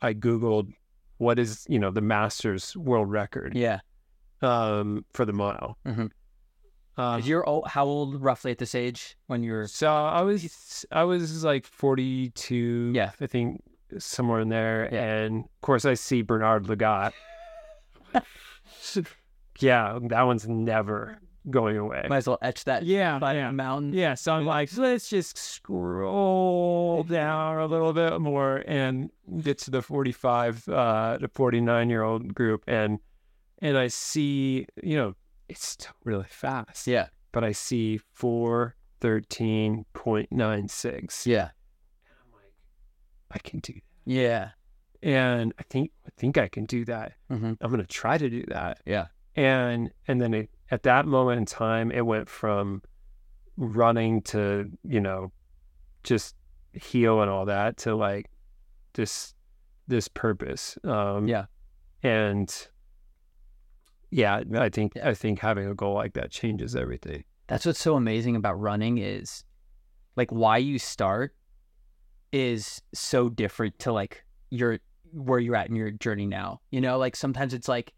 I googled what is you know the Masters world record Yeah. um for the mile. Mhm. Um, you're old, how old roughly at this age when you're? so I was I was like forty two, Yeah. I think somewhere in there, Yeah. and of course I see Bernard Lagat. yeah, that one's never going away. Might as well etch that. yeah, by the mountain. Yeah, so I'm like, let's just scroll down a little bit more and get to the 45 uh, to 49 year old group, and and I see, you know, it's still really fast. Yeah. but I see 413.96. Yeah. and I'm like, I can do, that. Yeah. and I think I think I can do that. Mhm. I'm gonna try to do that. Yeah. and and then it, at that moment in time it went from running to you know just heal and all that to like this this purpose um Yeah. and yeah i think Yeah. i think having a goal like that changes everything That's what's so amazing about running is like why you start is so different to like your where you're at in your journey now. You know, like sometimes it's like,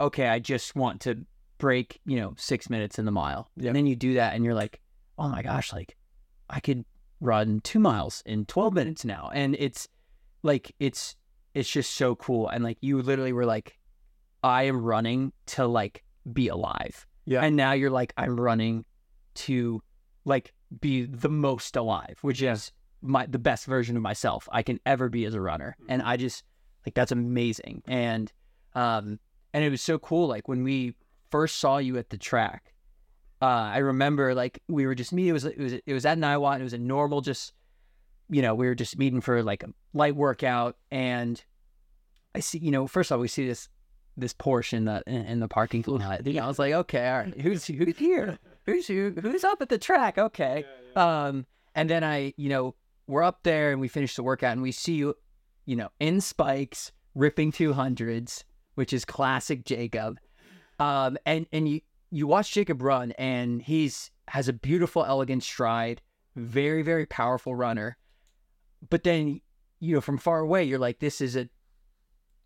okay, I just want to break, you know, six minutes in the mile. Yeah. And then you do that and you're like, oh my gosh, like I could run two miles in 12 minutes now. And it's like, it's, it's just so cool. And like, you literally were like, I am running to like be alive. Yeah. And now you're like, I'm running to like be the most alive, which is my, the best version of myself I can ever be as a runner. And I just like, that's amazing. And, um, and it was so cool. Like when we first saw you at the track, uh, I remember like we were just meeting. It was it was it was at Niwot. and It was a normal, just you know, we were just meeting for like a light workout. And I see, you know, first of all, we see this this Porsche in the in, in the parking lot. And I was like, okay, all right, who's who's here? Who's who, who's up at the track? Okay. Um, and then I, you know, we're up there and we finish the workout and we see you, you know, in spikes ripping two hundreds which is classic Jacob. Um, and and you you watch Jacob run, and he's has a beautiful, elegant stride, very very powerful runner. But then you know from far away, you're like, this is a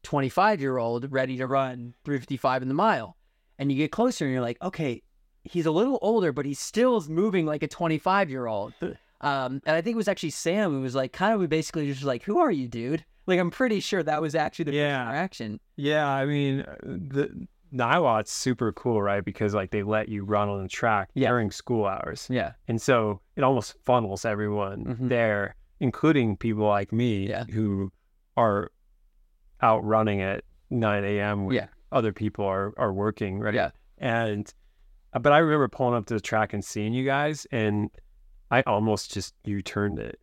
25 year old ready to run 355 in the mile, and you get closer, and you're like, okay, he's a little older, but he still is moving like a 25 year old. Um, and I think it was actually Sam who was like, kind of basically just like, who are you, dude? Like, I'm pretty sure that was actually the Yeah. first interaction. Yeah, I mean uh, the Niwat's super cool, right? Because like they let you run on the track Yeah. during school hours, Yeah. and so it almost funnels everyone Mhm. there, including people like me Yeah. who are out running at 9 a.m. when Yeah. other people are are working, right? Yeah. And uh, but I remember pulling up to the track and seeing you guys, and I almost just you turned it.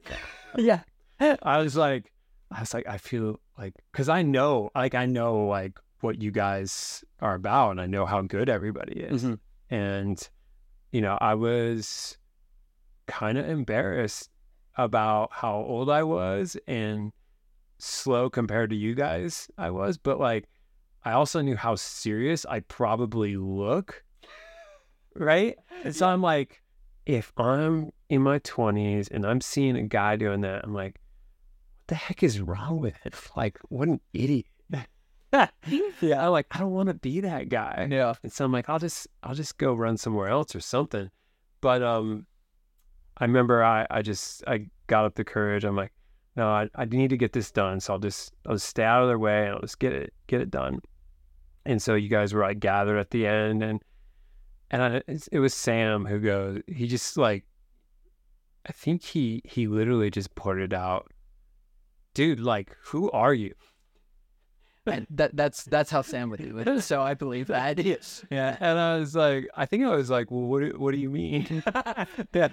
Yeah. I was like, I was like, I feel like, because I know, like, I know, like, what you guys are about, and I know how good everybody is. Mhm. And, you know, I was kind of embarrassed about how old I was and slow compared to you guys I was, but like, I also knew how serious I probably look. Right. And so I'm like, if I'm in my 20s and I'm seeing a guy doing that, I'm like, what the heck is wrong with it? Like, what an idiot. yeah. I'm like, I don't want to be that guy. Yeah. And so I'm like, I'll just I'll just go run somewhere else or something. But um I remember I, I just I got up the courage. I'm like, no, I, I need to get this done. So I'll just I'll just stay out of their way and I'll just get it get it done. And so you guys were like gathered at the end and and I, it's- it was Sam who goes he just like I think he he literally just put it out. Dude, like who are you? And that, that's that's how Sam would do it. So I believe that. Yes. Yeah. And I was like, I think I was like, well, what do, what do you mean? You're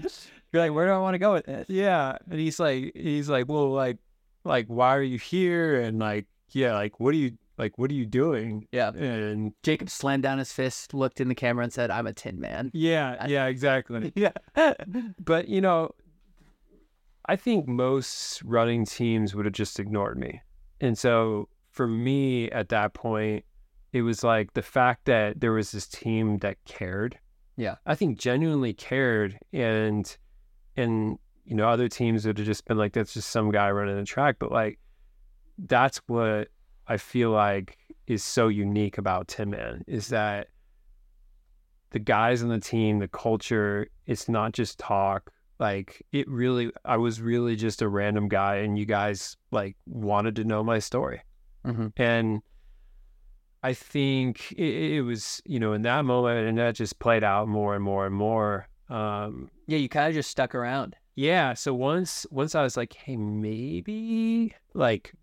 like, where do I want to go with this? yeah. And he's like, he's like, well, like, like, why are you here? And like, yeah, like, what are you, like, what are you doing? Yeah. And Jacob slammed down his fist, looked in the camera, and said, I'm a tin man. yeah, yeah, exactly. Yeah. But, you know, I think most running teams would have just ignored me. And so for me at that point, it was like the fact that there was this team that cared. Yeah. I think genuinely cared and and you know, other teams would have just been like, that's just some guy running the track. But like that's what I feel like is so unique about Tim Man is that the guys on the team, the culture, it's not just talk. Like it really I was really just a random guy and you guys like wanted to know my story. Mhm. And I think it, it was, you know, in that moment and that just played out more and more and more. Um Yeah. You kind of just stuck around. yeah, so once once I was like, hey, maybe like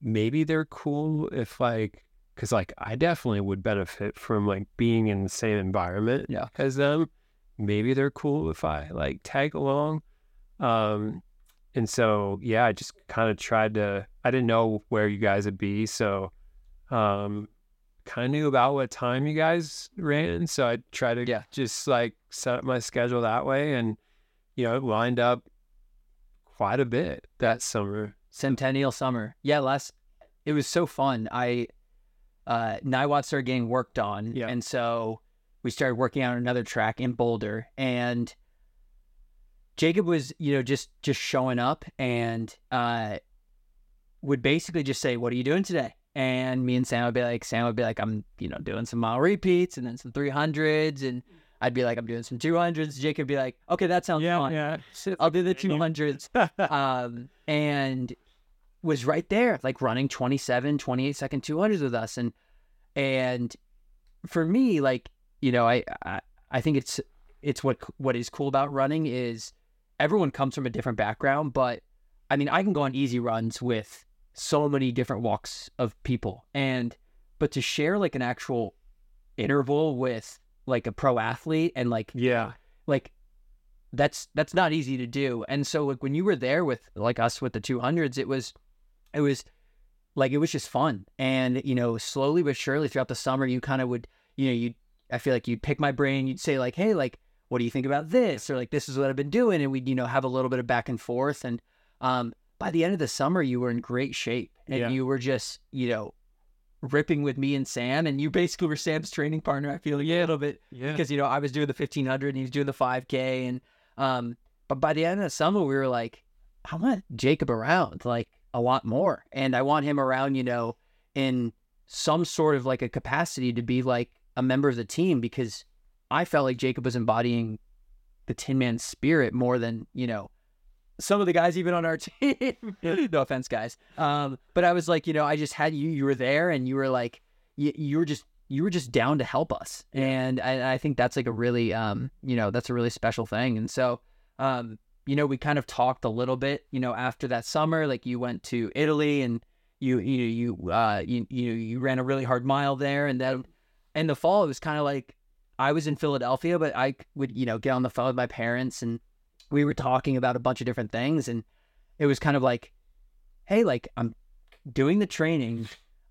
maybe they're cool if like cuz like I definitely would benefit from like being in the same environment Yeah. as them. Maybe they're cool if I like tag along. Um and so yeah, I just kind of tried to I didn't know where you guys would be, so um kind of knew about what time you guys ran, so I tried to Yeah. just like set up my schedule that way and you know, it lined up quite a bit that summer. Centennial Summer. Yeah, last it was so fun. I uh Niwot started getting worked on. Yeah. And so we started working on another track in Boulder and Jacob was, you know, just just showing up and uh would basically just say, What are you doing today? And me and Sam would be like, Sam would be like, I'm, you know, doing some mile repeats and then some three hundreds and I'd be like, I'm doing some two hundreds. Jacob would be like, Okay, that sounds fun. yeah. I'll do the two hundreds um, and was right there, like running 27, 28 second 200s with us. And, and for me, like, you know, I, I, I think it's, it's what, what is cool about running is everyone comes from a different background, but I mean, I can go on easy runs with so many different walks of people. And, but to share like an actual interval with like a pro athlete and like yeah. like that's that's not easy to do and so like when you were there with like us with the 200s it was it was like it was just fun and you know slowly but surely throughout the summer you kind of would you know you i feel like you'd pick my brain you'd say like hey like what do you think about this or like this is what i've been doing and we'd you know have a little bit of back and forth and um by the end of the summer you were in great shape and Yeah. you were just you know ripping with me and Sam, and you basically were Sam's training partner. I feel like, a little bit Yeah. because you know I was doing the 1500 and he was doing the 5k and um but by the end of the summer we were like I want Jacob around like a lot more and I want him around you know in some sort of like a capacity to be like a member of the team because I felt like Jacob was embodying the Tin Man spirit more than you know some of the guys even on our team no offense guys um but I was like you know I just had you you were there and you were like you, you were just you were just down to help us and I, I think that's like a really um you know that's a really special thing and so um you know we kind of talked a little bit you know after that summer like you went to italy and you you you uh you you, you ran a really hard mile there and then in the fall it was kind of like i was in philadelphia but i would you know get on the phone with my parents and we were talking about a bunch of different things and it was kind of like hey like i'm doing the training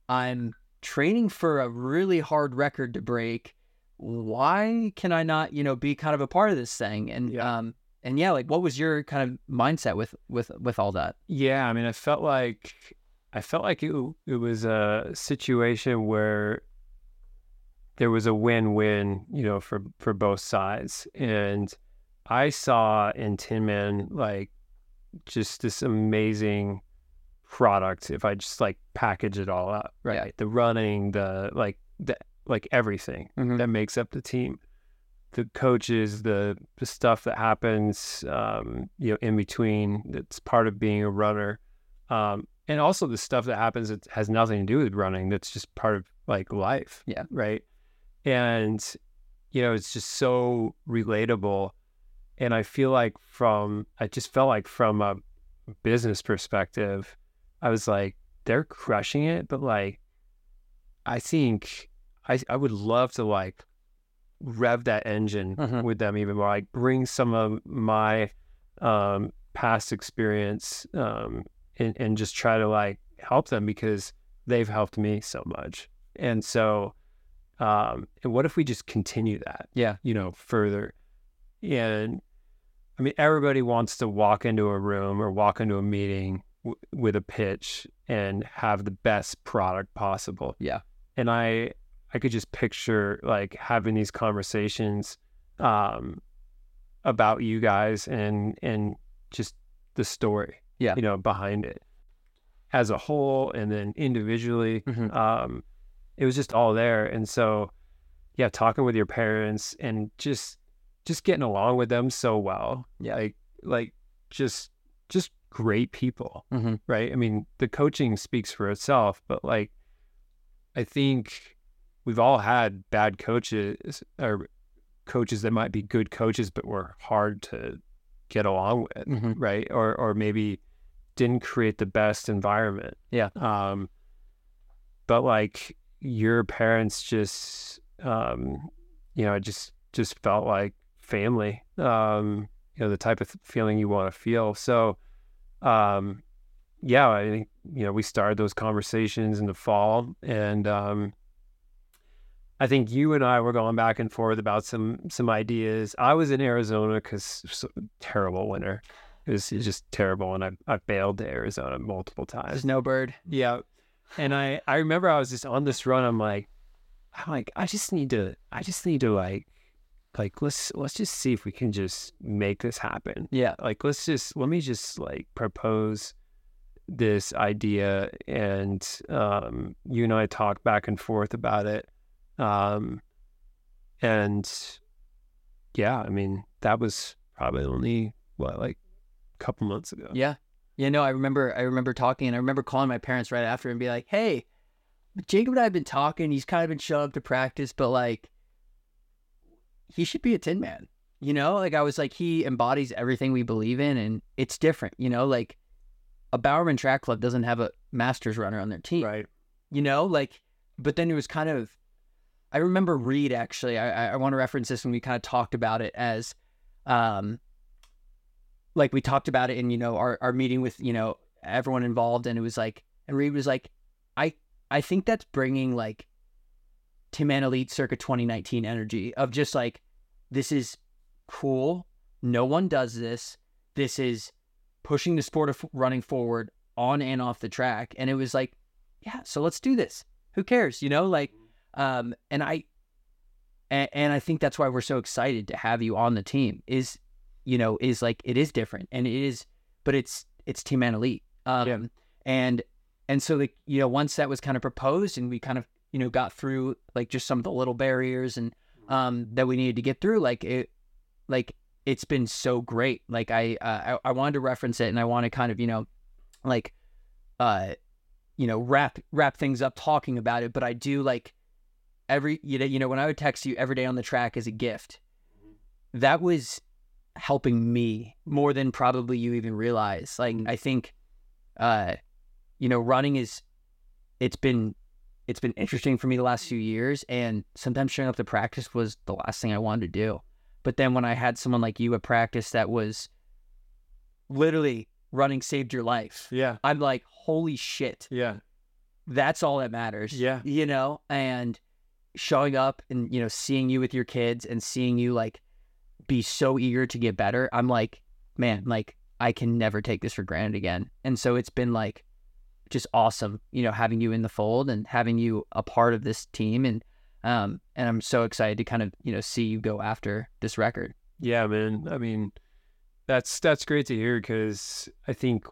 i'm training for a really hard record to break. Why can I not, you know, be kind of a part of this thing? And Yeah. um and yeah, like what was your kind of mindset with with with all that? Yeah, I mean, I felt like I felt like it it was a situation where there was a win-win, you know, for for both sides. And I saw in Tin Man like just this amazing product if I just like package it all up, Yeah. right? The running, the like the like everything Mhm. that makes up the team. The coaches, the, the stuff that happens, um, you know, in between that's part of being a runner, um, and also the stuff that happens that has nothing to do with running. That's just part of like life. Yeah. Right. And you know, it's just so relatable. And I feel like from I just felt like from a business perspective, I was like, they're crushing it, but like I think I I would love to like rev that engine Mhm. with them even more. Like bring some of my um past experience um and, and just try to like help them because they've helped me so much. And so um and what if we just continue that? Yeah. You know, further. And I mean everybody wants to walk into a room or walk into a meeting w- with a pitch and have the best product possible. Yeah. And I I could just picture like having these conversations um, about you guys and and just the story, Yeah. you know, behind it as a whole, and then individually, Mhm. um, it was just all there. And so, yeah, talking with your parents and just just getting along with them so well, Yeah. like like just just great people, Mhm. right? I mean, the coaching speaks for itself, but like, I think we've all had bad coaches or coaches that might be good coaches but were hard to get along with Mhm. right or or maybe didn't create the best environment Yeah. um but like your parents just um you know it just just felt like family um you know the type of feeling you want to feel so um yeah i think you know we started those conversations in the fall and um I think you and I were going back and forth about some some ideas. I was in Arizona because terrible winter. It was just terrible, and I, I bailed to Arizona multiple times. Snowbird. Yeah, and I I remember I was just on this run. I'm like, I'm like, I just need to, I just need to like, like let's let's just see if we can just make this happen Yeah. like let's just let me just like propose this idea and um you and I talk back and forth about it um and yeah I mean that was probably only what like a couple months ago Yeah. You know, I remember I remember talking and I remember calling my parents right after and be like, Hey, Jacob and I have been talking, he's kind of been shut up to practice, but like he should be a tin man. You know, like I was like, he embodies everything we believe in and it's different, you know, like a Bowerman track club doesn't have a masters runner on their team right you know like but then it was kind of i remember reed actually i, I- I want to reference this when we kind of talked about it as um like we talked about it in you know our, our meeting with you know everyone involved and it was like and reed was like i i think that's bringing like tim and elite circa 2019 energy of just like this is cool no one does this this is pushing the sport of running forward on and off the track and it was like yeah, so let's do this. Who cares? You know, like, um, and I, and, and I think that's why we're so excited to have you on the team. Is, you know, is like it is different, and it is, but it's it's team and elite. Um, Yeah. and and so like you know once that was kind of proposed and we kind of you know got through like just some of the little barriers and um that we needed to get through like it like it's been so great like i uh, I, I wanted to reference it and i want to kind of you know like uh you know wrap wrap things up talking about it but i do like every you know you know when i would text you every day on the track as a gift that was helping me more than probably you even realize like Mm. i think uh you know running is it's been it's been interesting for me the last few years and sometimes showing up to practice was the last thing i wanted to do but then when i had someone like you at practice that was literally running saved your life Yeah. i'm like holy shit Yeah. that's all that matters Yeah. you know and showing up and you know seeing you with your kids and seeing you like be so eager to get better i'm like man like i can never take this for granted again and so it's been like just awesome you know having you in the fold and having you a part of this team and um and i'm so excited to kind of you know see you go after this record Yeah, man. I mean, that's that's great to hear because I think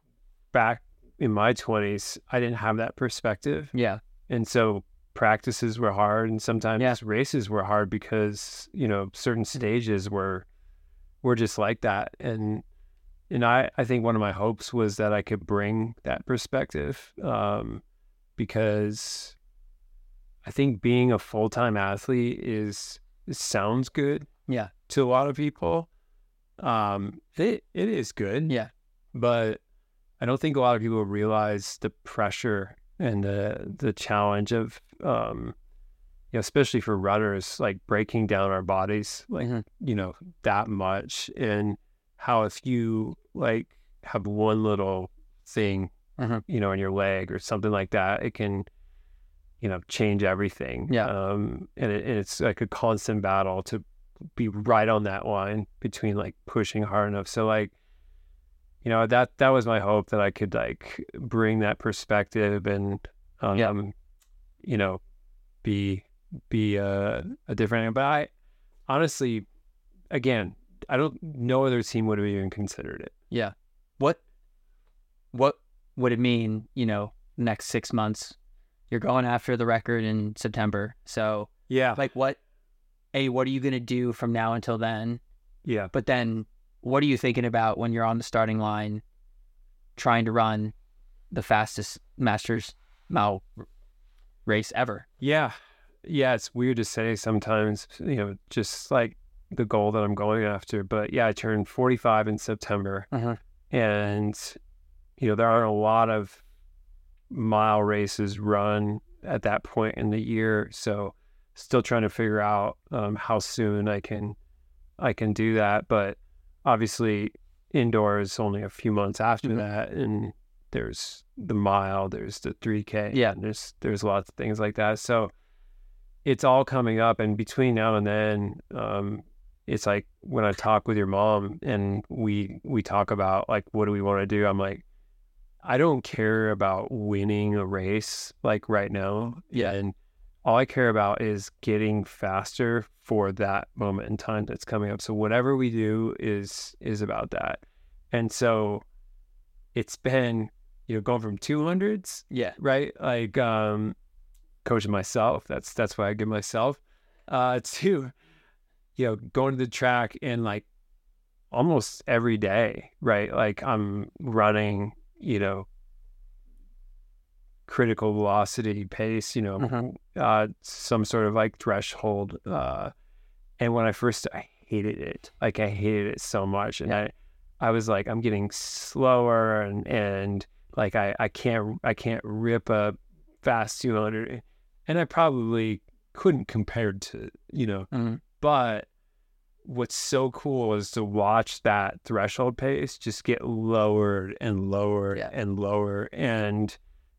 back in my twenties, I didn't have that perspective, yeah and so practices were hard, and sometimes Yeah. races were hard because you know certain Mm-hmm. stages were were just like that, and and I I think one of my hopes was that I could bring that perspective, um, because I think being a full time athlete is sounds good, Yeah. to a lot of people. Um, it it is good, Yeah. but I don't think a lot of people realize the pressure and the the challenge of um, you know, especially for runners, like breaking down our bodies, like Mhm. you know that much, and how if you like have one little thing, Mhm. you know, in your leg or something like that, it can you know change everything. Yeah. um, and, it, and it's like a constant battle to be right on that line between like pushing hard enough. So like, you know, that that was my hope that I could like bring that perspective and um, Yeah. you know, be be a, a different. But I honestly, again, I don't. No other team would have even considered it. what what would it mean you know next six months you're going after the record in september so Yeah, like what hey what are you going to do from now until then yeah, but then what are you thinking about when you're on the starting line trying to run the fastest masters mile r- race ever yeah, yeah. It's weird to say sometimes. You know, just like the goal that I'm going after. But yeah, I turned 45 in September. uh-huh. and you know there aren't a lot of mile races run at that point in the year so still trying to figure out um, how soon i can i can do that but obviously indoor is only a few months after Mhm. that and there's the mile there's the 3k Yeah. and there's there's lots of things like that so it's all coming up and between now and then um it's like when i talk with your mom and we we talk about like what do we want to do i'm like i don't care about winning a race like right now Yeah. and all i care about is getting faster for that moment in time that's coming up so whatever we do is is about that and so it's been you know going from 200s yeah right? Like um, coaching myself. That's that's why I give myself uh, to you know going to the track and like almost every day, right? Like I'm running, you know, critical velocity pace, you know, Mhm. uh, some sort of like threshold. Uh, and when I first, I hated it. Like I hated it so much, and I, I was like, I'm getting slower, and and like I I can't I can't rip a fast 200, and I probably couldn't compare to you know, Mhm. but. What's so cool is to watch that threshold pace just get lowered and lower Yeah. and lower. And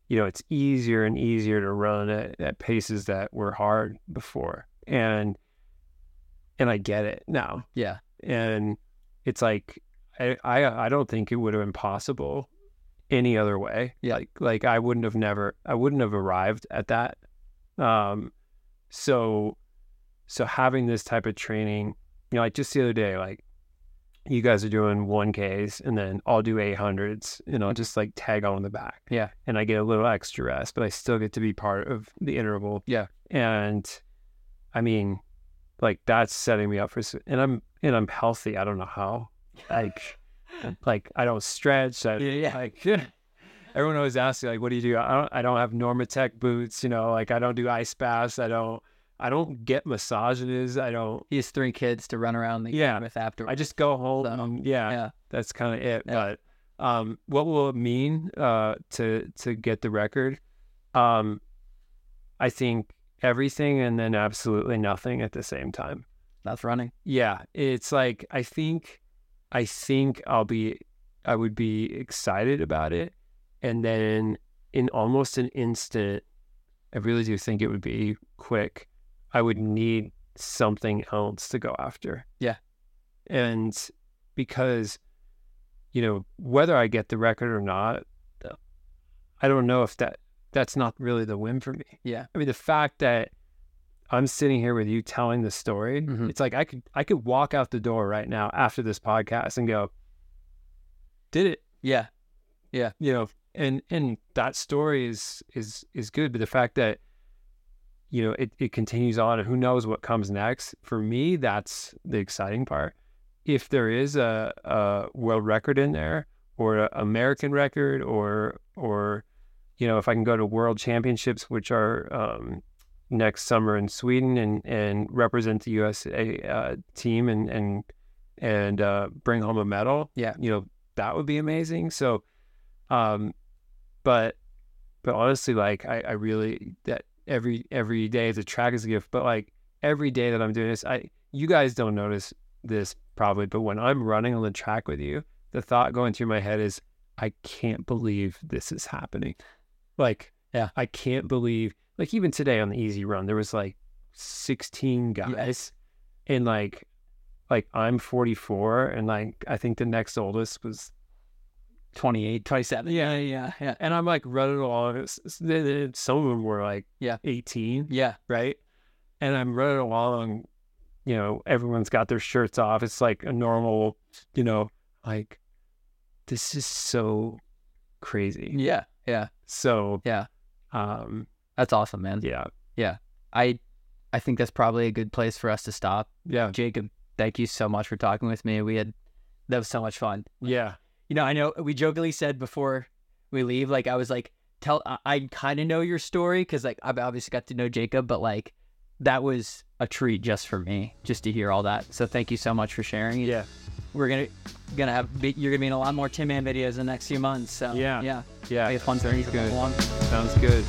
you know, it's easier and easier to run at, at paces that were hard before. And and I get it now. yeah And it's like I I, I don't think it would have been possible any other way. Yeah. Like like I wouldn't have never I wouldn't have arrived at that Um, so, so having this type of training, you know, like just the other day, like you guys are doing one Ks and then I'll do 800s and I'll just like tag on the back. Yeah. And I get a little extra rest, but I still get to be part of the interval. Yeah. And I mean, like that's setting me up for, s- and I'm, and I'm healthy. I don't know how, like, like I don't stretch. I, Yeah, yeah. Like, everyone always asks you, like, what do you do? I don't, I don't have Normatec boots. You know, like I don't do ice baths. I don't, I don't get massages. I don't, He has three kids to run around the Yeah. with after. I just go home. So, and yeah, yeah. that's kind of it. Yeah. But um, what will it mean uh, to to get the record? Um, I think everything and then absolutely nothing at the same time. that's running. Yeah, it's like I think I think I'll be I would be excited about it, and then in almost an instant, I really do think it would be quick. I would need something else to go after. Yeah. And because, you know, whether I get the record or not, I don't know if that that's not really the win for me. Yeah. I mean, the fact that I'm sitting here with you telling the story, Mhm. it's like I could I could walk out the door right now after this podcast and go, did it Yeah. you know and and that story is is is good but the fact that you know it, it continues on and who knows what comes next for me that's the exciting part if there is a, a world record in there or a american record or or you know if i can go to world championships which are um, next summer in sweden and and represent the usa uh, team and and and uh, bring home a medal Yeah. you know that would be amazing so um but but honestly like i i really that every every day the track is a gift but like every day that i'm doing this i you guys don't notice this probably but when i'm running on the track with you the thought going through my head is i can't believe this is happening like Yeah. i can't believe like even today on the easy run there was like 16 guys and like like i'm 44 and like i think the next oldest was 28, 27. Yeah. Yeah. Yeah. and I'm like running along. It's- it's- they- they- Some of them were like Yeah. 18, Yeah. right? And I'm running along. You know, everyone's got their shirts off. It's like a normal, you know, like this is so crazy. Yeah. Yeah. So Yeah. um, That's awesome, man. yeah, I I think that's probably a good place for us to stop. yeah, Jacob, thank you so much for talking with me. We had that was so much fun. yeah, You know, I know we jokingly said before we leave, like I was like, tell I, I kind of know your story because like I've obviously got to know Jacob, but like that was a treat just for me just to hear all that. So thank you so much for sharing. yeah, We're gonna gonna have be- you're gonna be in a lot more Tim Man videos in the next few months. So Yeah. yeah, yeah. It'll be a fun journey to go Good. along. Sounds good.